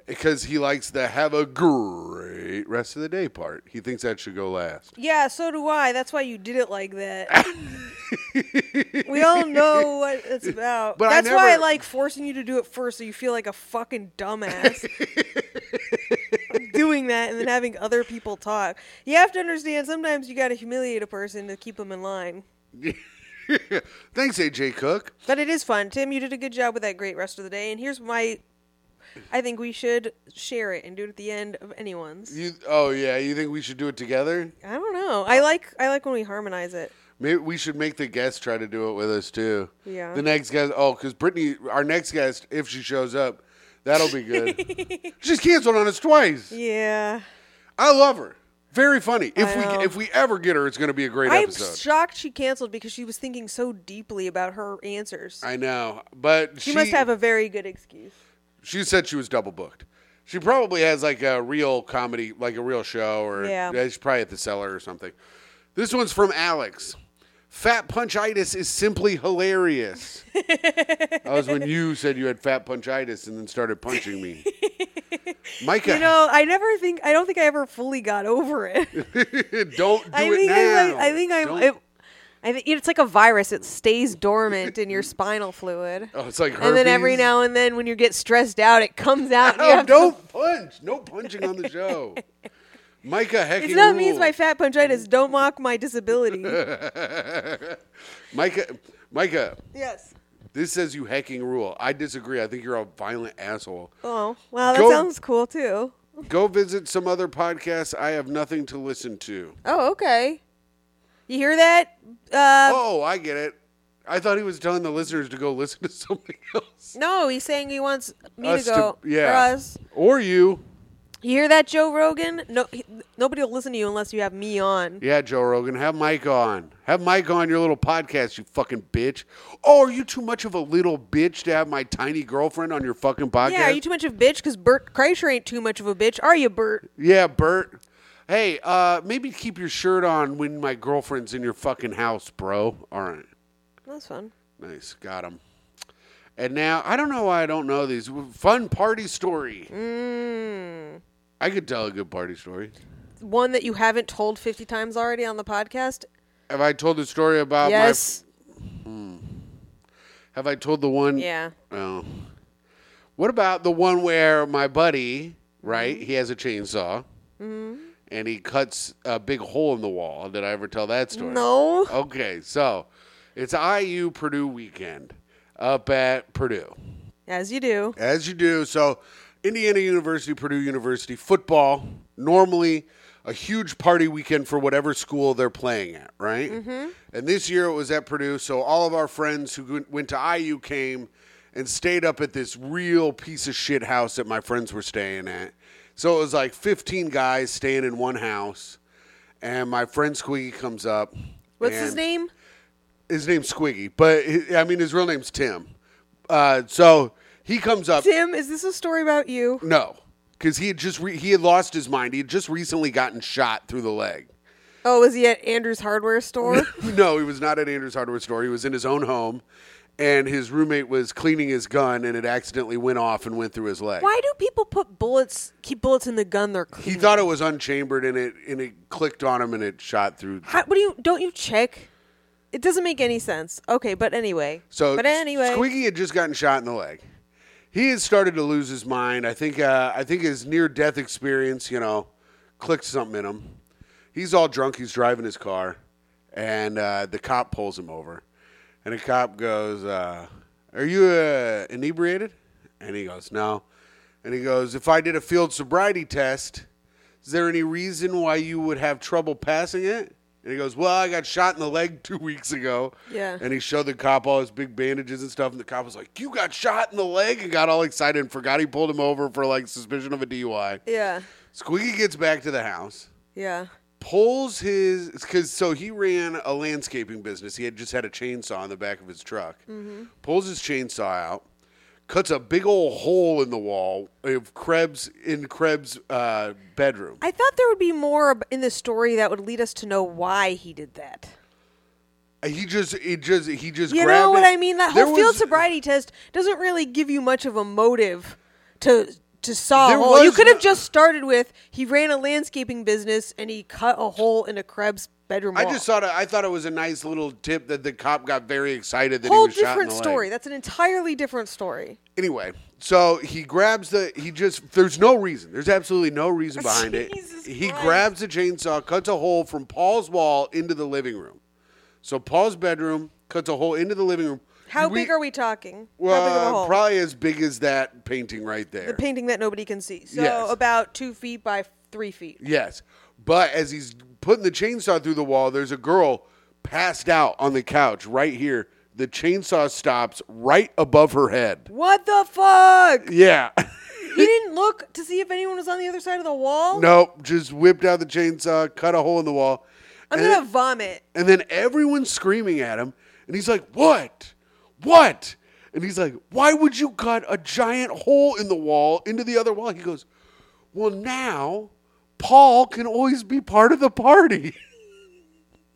Speaker 1: because he likes the have a great rest of the day part. He thinks that should go last.
Speaker 2: Yeah, so do I. That's why you did it like that. we all know what it's about.
Speaker 1: But I
Speaker 2: That's why I
Speaker 1: never-
Speaker 2: like forcing you to do it first so you feel like a fucking dumbass. doing that and then having other people talk. You have to understand sometimes you got to humiliate a person to keep them in line.
Speaker 1: Thanks, AJ Cook.
Speaker 2: But it is fun. Tim, you did a good job with that great rest of the day. And here's my. I think we should share it and do it at the end of anyone's.
Speaker 1: You, oh, yeah. You think we should do it together?
Speaker 2: I don't know. I like I like when we harmonize it.
Speaker 1: Maybe we should make the guest try to do it with us too.
Speaker 2: Yeah.
Speaker 1: The next guest, oh, because Brittany, our next guest, if she shows up, that'll be good. She's canceled on us twice.
Speaker 2: Yeah.
Speaker 1: I love her. Very funny. If
Speaker 2: I
Speaker 1: we
Speaker 2: know.
Speaker 1: if we ever get her, it's going to be a great
Speaker 2: I'm
Speaker 1: episode.
Speaker 2: shocked she canceled because she was thinking so deeply about her answers.
Speaker 1: I know, but
Speaker 2: she,
Speaker 1: she
Speaker 2: must have a very good excuse.
Speaker 1: She said she was double booked. She probably has like a real comedy, like a real show, or
Speaker 2: Yeah.
Speaker 1: she's probably at the cellar or something. This one's from Alex. Fat punchitis is simply hilarious. that was when you said you had fat punchitis and then started punching me. Micah,
Speaker 2: You know, I never think I don't think I ever fully got over it.
Speaker 1: don't do
Speaker 2: I
Speaker 1: it
Speaker 2: think
Speaker 1: now.
Speaker 2: I'm like, I think I'm
Speaker 1: Don't-
Speaker 2: it, I think it's like a virus. It stays dormant in your spinal fluid.
Speaker 1: oh, it's like herpes.
Speaker 2: And then every now and then, when you get stressed out, it comes out. and you
Speaker 1: no,
Speaker 2: have to-
Speaker 1: don't punch. No punching on the show. Micah hecking
Speaker 2: It's not me. It's
Speaker 1: rules.
Speaker 2: my fat punchitis. Don't mock my disability.
Speaker 1: Micah, Micah,
Speaker 2: yes.
Speaker 1: This says you hacking rule. I disagree. I think you're a violent asshole.
Speaker 2: Oh, wow. That
Speaker 1: Go-
Speaker 2: sounds cool too.
Speaker 1: Go visit some other podcasts. I have nothing to listen to.
Speaker 2: Oh, okay. You hear that? Uh,
Speaker 1: Oh, I get it. I thought he was telling the listeners to go listen to something else.
Speaker 2: No, he's saying he wants me
Speaker 1: Us
Speaker 2: to go.
Speaker 1: yeah.
Speaker 2: For us.
Speaker 1: Or you.
Speaker 2: You hear that, Joe Rogan? No, he, nobody will listen to you unless you have me on.
Speaker 1: Yeah, Joe Rogan, have Mike on. Have Mike on your little podcast, you fucking bitch. Oh, are you too much of a little bitch to have my tiny girlfriend on your fucking podcast?
Speaker 2: Yeah, are you too much of a bitch? Because Bert Kreischer ain't too much of a bitch, are you, Bert?
Speaker 1: Yeah, Bert. Hey, uh, maybe keep your shirt on when my girlfriend's in your fucking house, bro. All right.
Speaker 2: That's fun.
Speaker 1: Nice, got him. And now I don't know why I don't know these fun party story.
Speaker 2: Mm.
Speaker 1: I could tell a good party story.
Speaker 2: One that you haven't told 50 times already on the podcast?
Speaker 1: Have I told the story about
Speaker 2: yes.
Speaker 1: my? Have I told the one?
Speaker 2: yeah.
Speaker 1: Oh. What about the one where my buddy, right?
Speaker 2: Mm-hmm.
Speaker 1: He has a chainsaw, and he cuts a big hole in the wall. Did I ever tell that story?
Speaker 2: No.
Speaker 1: Okay, so it's IU Purdue weekend up at Purdue.
Speaker 2: As you do.
Speaker 1: As you do. So, Indiana University, Purdue University, football, normally a huge party weekend for whatever school they're playing at, right? Mm-hmm. And this year it was at Purdue. So, all of our friends who went- went to IU came and stayed up at this real piece of shit house that my friends were staying at. So, it was like 15 guys staying in one house. And my friend Squeaky comes up.
Speaker 2: What's his
Speaker 1: and-
Speaker 2: name?
Speaker 1: his name's Squiggy, but he, I mean his real name's Tim. Uh, so he comes up.
Speaker 2: Tim, is this a story about you?
Speaker 1: No, because he had just re- he had lost his mind. He had just recently gotten shot through the leg.
Speaker 2: Oh, was he at Andrew's hardware store?
Speaker 1: no, he was not at Andrew's hardware store. He was in his own home, and his roommate was cleaning his gun, and it accidentally went off and went through his leg.
Speaker 2: Why do people put bullets, keep bullets in the gun they're
Speaker 1: He
Speaker 2: cleaning?
Speaker 1: thought it was unchambered, and it and it clicked on him, and it shot through.
Speaker 2: How, what do you? Don't you check? It doesn't make any sense. Okay, but anyway.
Speaker 1: So,
Speaker 2: but anyway,
Speaker 1: Squeaky had just gotten shot in the leg. He had started to lose his mind. I think. Uh, I think his near-death experience, you know, clicked something in him. He's all drunk. He's driving his car, and uh, the cop pulls him over. And the cop goes, uh, "Are you uh, inebriated?" And he goes, "No." And he goes, "If I did a field sobriety test, is there any reason why you would have trouble passing it?" And he goes, "Well, I got shot in the leg two weeks ago."
Speaker 2: Yeah.
Speaker 1: And he showed the cop all his big bandages and stuff, and the cop was like, "You got shot in the leg," and got all excited and forgot he pulled him over for like suspicion of a DUI.
Speaker 2: yeah,
Speaker 1: Squeaky gets back to the house,
Speaker 2: yeah.
Speaker 1: pulls his because so he ran a landscaping business. He had just had a chainsaw in the back of his truck.
Speaker 2: Mm-hmm.
Speaker 1: Pulls his chainsaw out, cuts a big old hole in the wall of Krebs in Krebs' uh, bedroom.
Speaker 2: I thought there would be more ab- in the story that would lead us to know why he did that.
Speaker 1: He just, it just, he just.
Speaker 2: You
Speaker 1: grabbed
Speaker 2: know what
Speaker 1: it.
Speaker 2: I mean? That
Speaker 1: There
Speaker 2: whole field
Speaker 1: was-
Speaker 2: sobriety test doesn't really give you much of a motive to to solve.
Speaker 1: There
Speaker 2: a hole. You
Speaker 1: was
Speaker 2: could have
Speaker 1: no-
Speaker 2: just started with he ran a landscaping business and he cut a hole in a Krebs bedroom
Speaker 1: I
Speaker 2: wall.
Speaker 1: just thought it, I thought it was a nice little tip that the cop got very excited that
Speaker 2: whole
Speaker 1: he was shot in
Speaker 2: different
Speaker 1: the leg.
Speaker 2: story. That's an entirely different story.
Speaker 1: Anyway, so he grabs the he just there's no reason. There's absolutely no reason behind it.
Speaker 2: Jesus
Speaker 1: He
Speaker 2: Christ.
Speaker 1: grabs the chainsaw, cuts a hole from Paul's wall into the living room. So Paul's bedroom cuts a hole into the living room.
Speaker 2: How big are we talking?
Speaker 1: Well,
Speaker 2: How big of a hole?
Speaker 1: probably as big as that painting right there.
Speaker 2: the painting that nobody can see. So
Speaker 1: Yes.
Speaker 2: about two feet by three feet.
Speaker 1: Yes. But as he's putting the chainsaw through the wall, there's a girl passed out on the couch right here. The chainsaw stops right above her head.
Speaker 2: What the fuck?
Speaker 1: Yeah.
Speaker 2: He didn't look to see if anyone was on the other side of the wall.
Speaker 1: nope. Just whipped out the chainsaw, cut a hole in the wall.
Speaker 2: I'm
Speaker 1: and,
Speaker 2: gonna vomit.
Speaker 1: and then everyone's screaming at him. And he's like, What? What? And he's like, Why would you cut a giant hole in the wall into the other wall? He goes, Well, now Paul can always be part of the party.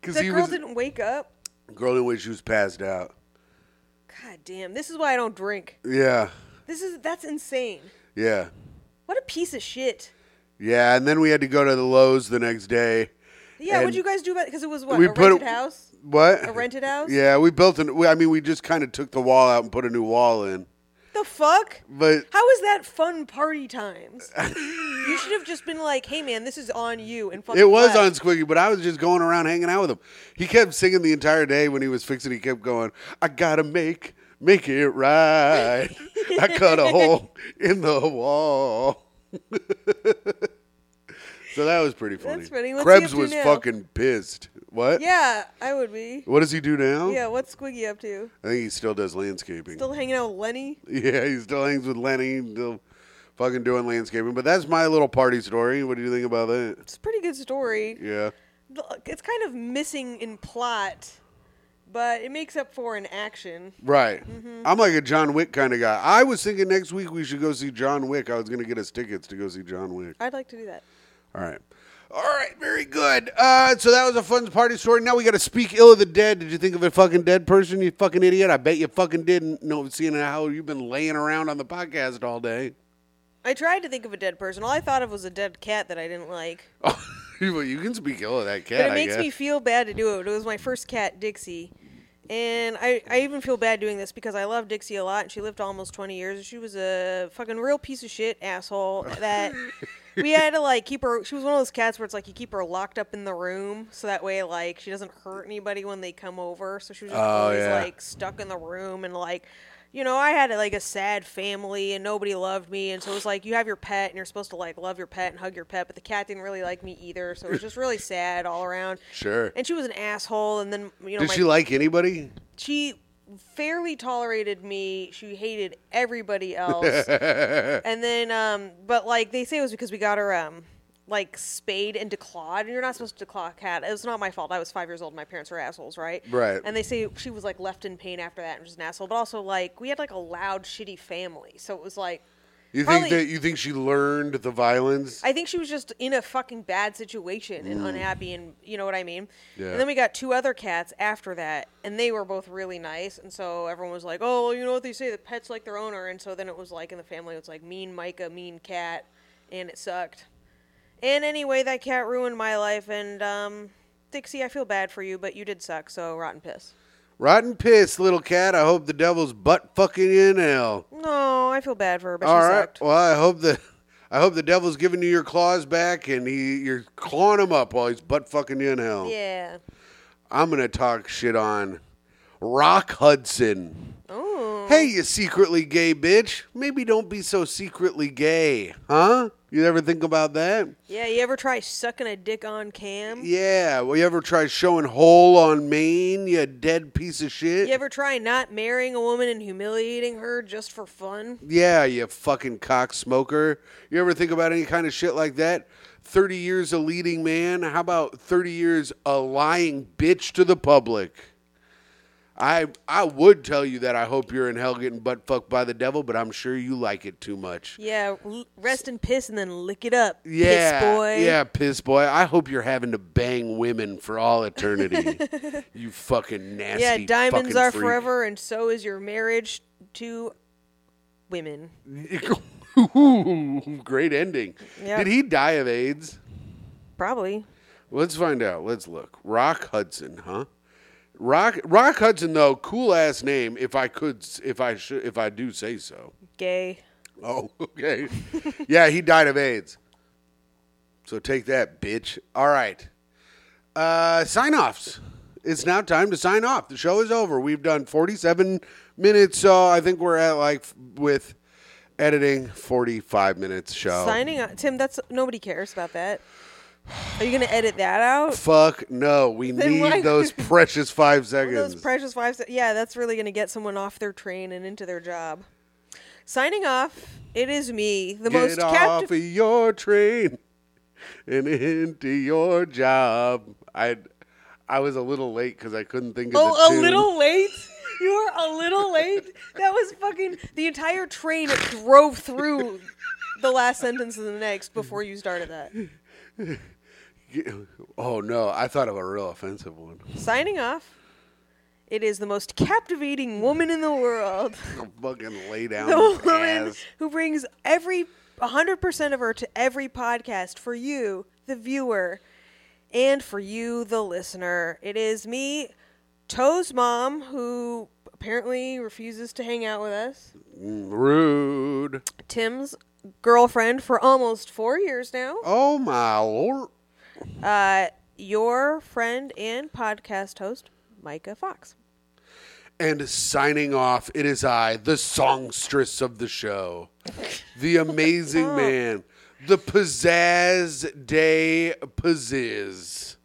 Speaker 1: Because
Speaker 2: The girl didn't wake up.
Speaker 1: Girl in which she was passed out.
Speaker 2: God damn. This is why I don't drink.
Speaker 1: Yeah.
Speaker 2: This is that's insane.
Speaker 1: Yeah.
Speaker 2: What a piece of shit.
Speaker 1: Yeah. And then we had to go to the Lowe's the next day.
Speaker 2: Yeah,
Speaker 1: And
Speaker 2: what'd you guys do about Because it was what,
Speaker 1: we
Speaker 2: a
Speaker 1: put-
Speaker 2: rented house?
Speaker 1: What?
Speaker 2: A rented house?
Speaker 1: Yeah, we built an. we- I mean, we just kind of took the wall out and put a new wall in.
Speaker 2: The fuck?
Speaker 1: But
Speaker 2: How was that fun party times? you should have just been like, hey man, this is on you and fucking
Speaker 1: it was
Speaker 2: left.
Speaker 1: on Squiggy, but I was just going around hanging out with him. He kept singing the entire day when he was fixing. He kept going, "I gotta make make it right. I cut a hole in the wall." so that was pretty funny.
Speaker 2: That's funny. What's he up
Speaker 1: Krebs
Speaker 2: to
Speaker 1: was
Speaker 2: now?
Speaker 1: fucking pissed. What?
Speaker 2: Yeah, I would be.
Speaker 1: What does he do now?
Speaker 2: Yeah, what's Squiggy up to?
Speaker 1: I think he still does landscaping.
Speaker 2: Still hanging out with Lenny?
Speaker 1: yeah, he still hangs with Lenny, still fucking doing landscaping. But that's my little party story. What do you think about that?
Speaker 2: It's a pretty good story.
Speaker 1: Yeah.
Speaker 2: Look, It's kind of missing in plot, but it makes up for in action.
Speaker 1: Right.
Speaker 2: Mm-hmm.
Speaker 1: I'm like a John Wick kind of guy. I was thinking next week we should go see John Wick. I was going to get us tickets to go see John Wick.
Speaker 2: I'd like to do that.
Speaker 1: All right. All right. Very good. Uh, so that was a fun party story. Now we got to speak ill of the dead. Did you think of a fucking dead person, you fucking idiot? I bet you fucking didn't. No, seeing how you've been laying around on the podcast all day.
Speaker 2: I tried to think of a dead person. All I thought of was a dead cat that I didn't like.
Speaker 1: Oh, well, you can speak ill of that cat.
Speaker 2: But it
Speaker 1: I
Speaker 2: makes
Speaker 1: guess.
Speaker 2: me feel bad to do it. It was my first cat, Dixie. And I, I even feel bad doing this because I love Dixie a lot and she lived almost 20 years. and She was a fucking real piece of shit asshole that we had to like keep her. She was one of those cats where it's like you keep her locked up in the room so that way like she doesn't hurt anybody when they come over. So she was just
Speaker 1: Oh,
Speaker 2: always
Speaker 1: yeah.
Speaker 2: like stuck in the room and like. You know, I had like a sad family and nobody loved me. And so it was like, you have your pet and you're supposed to like love your pet and hug your pet, but the cat didn't really like me either. So it was just really sad all around.
Speaker 1: Sure.
Speaker 2: And she was an asshole. And then you know,
Speaker 1: Did
Speaker 2: my,
Speaker 1: she
Speaker 2: she,
Speaker 1: like anybody?
Speaker 2: fairly tolerated me. She hated everybody else. and then, um, but like they say, it was because we got her um like spayed and declawed. And you're not supposed to declaw a cat. It was not my fault. I was five years old. My parents were assholes, right?
Speaker 1: Right.
Speaker 2: And they say she was like left in pain after that and was an asshole. But also like we had like a loud, shitty family, so it was like.
Speaker 1: You
Speaker 2: probably-
Speaker 1: think that you think she learned the violence?
Speaker 2: I think she was just in a fucking bad situation and unhappy, and you know what I mean.
Speaker 1: Mm. Yeah.
Speaker 2: And then we got two other cats after that, and they were both really nice. And so everyone was like, "Oh, you know what they say? The pet's like their owner." And so then it was like in the family, it was like mean Micah, mean cat, and it sucked. And anyway, that cat ruined my life. And um, Dixie, I feel bad for you, but you did suck. So rotten piss.
Speaker 1: Rotten piss, little cat. I hope the devil's butt fucking in hell.
Speaker 2: No, I feel bad for her, but
Speaker 1: All
Speaker 2: she
Speaker 1: right.
Speaker 2: sucked.
Speaker 1: Well, I hope that I hope the devil's giving you your claws back and he you're clawing him up while he's butt fucking you in hell.
Speaker 2: Yeah.
Speaker 1: I'm gonna talk shit on Rock Hudson.
Speaker 2: Oh.
Speaker 1: Hey, you secretly gay bitch. Maybe don't be so secretly gay, huh? You ever think about that?
Speaker 2: Yeah. You ever try sucking a dick on cam?
Speaker 1: Yeah. Well, you ever try showing hole on Maine? You dead piece of shit.
Speaker 2: You ever try not marrying a woman and humiliating her just for fun?
Speaker 1: Yeah, you fucking cock smoker. You ever think about any kind of shit like that? 30 years a leading man? How about 30 years a lying bitch to the public? I I would tell you that I hope you're in hell getting butt fucked by the devil, but I'm sure you like it too much.
Speaker 2: Yeah, l- rest and piss and then lick it up,
Speaker 1: Yeah.
Speaker 2: piss boy.
Speaker 1: Yeah, piss boy. I hope you're having to bang women for all eternity. you fucking nasty.
Speaker 2: yeah. Diamonds
Speaker 1: fucking
Speaker 2: are
Speaker 1: freak.
Speaker 2: forever, and so is your marriage to women.
Speaker 1: Ooh, Great ending.
Speaker 2: Yeah.
Speaker 1: Did he die of AIDS?
Speaker 2: Probably.
Speaker 1: Let's find out. Let's look. Rock Hudson, huh? Rock Rock Hudson though, cool ass name. If I could, s- if I should, if I do say so.
Speaker 2: Gay.
Speaker 1: Oh, okay. yeah, he died of AIDS. So take that, bitch. All right. Uh, sign offs. It's now time to sign off. The show is over. We've done 47 minutes, so I think we're at like f- with editing 45 minutes show.
Speaker 2: Signing on, Tim. That's nobody cares about that. Are you gonna edit that out?
Speaker 1: Fuck no. We
Speaker 2: Then why-
Speaker 1: need those precious five seconds.
Speaker 2: Those precious five. se- Yeah, that's really gonna get someone off their train and into their job. Signing off. It is me, the
Speaker 1: Get
Speaker 2: most
Speaker 1: off
Speaker 2: captive.
Speaker 1: of your train and into your job. I I was a little late because I couldn't think of the
Speaker 2: Oh, a
Speaker 1: tune.
Speaker 2: little late. You were a little late. That was fucking the entire train drove through the last sentence of the next before you started that.
Speaker 1: Oh no, I thought of a real offensive one.
Speaker 2: Signing off. It is the most captivating woman in the world.
Speaker 1: Fucking lay down.
Speaker 2: The
Speaker 1: his
Speaker 2: woman
Speaker 1: ass.
Speaker 2: who brings every 100% of her to every podcast for you, the viewer, and for you, the listener. It is me, Toe's mom, who apparently refuses to hang out with us.
Speaker 1: Mm, Rude.
Speaker 2: Tim's girlfriend for almost four years now.
Speaker 1: Oh my lord. Oh.
Speaker 2: Uh, your friend and podcast host, Micah Fox.
Speaker 1: And signing off, it is I, the songstress of the show, the
Speaker 2: Oh.
Speaker 1: amazing man, the pizzazz day pizzazz.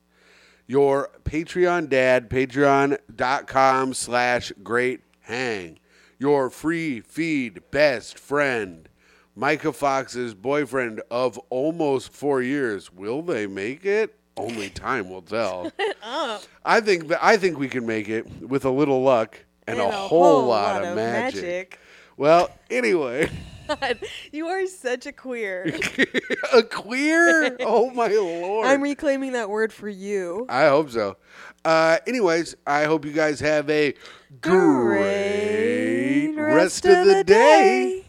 Speaker 1: Your Patreon dad, patreon.com slash great hang. Your free feed best friend, Micah Fox's boyfriend of almost four years. Will they make it? Only time will tell. I think that I think we can make it with a little luck and, a, whole, lot, of, magic. Well, anyway,
Speaker 2: God, you are such a queer.
Speaker 1: a queer. Oh my lord!
Speaker 2: I'm reclaiming that word for you.
Speaker 1: I hope so. Uh, anyways, I hope you guys have a great, rest, of the day.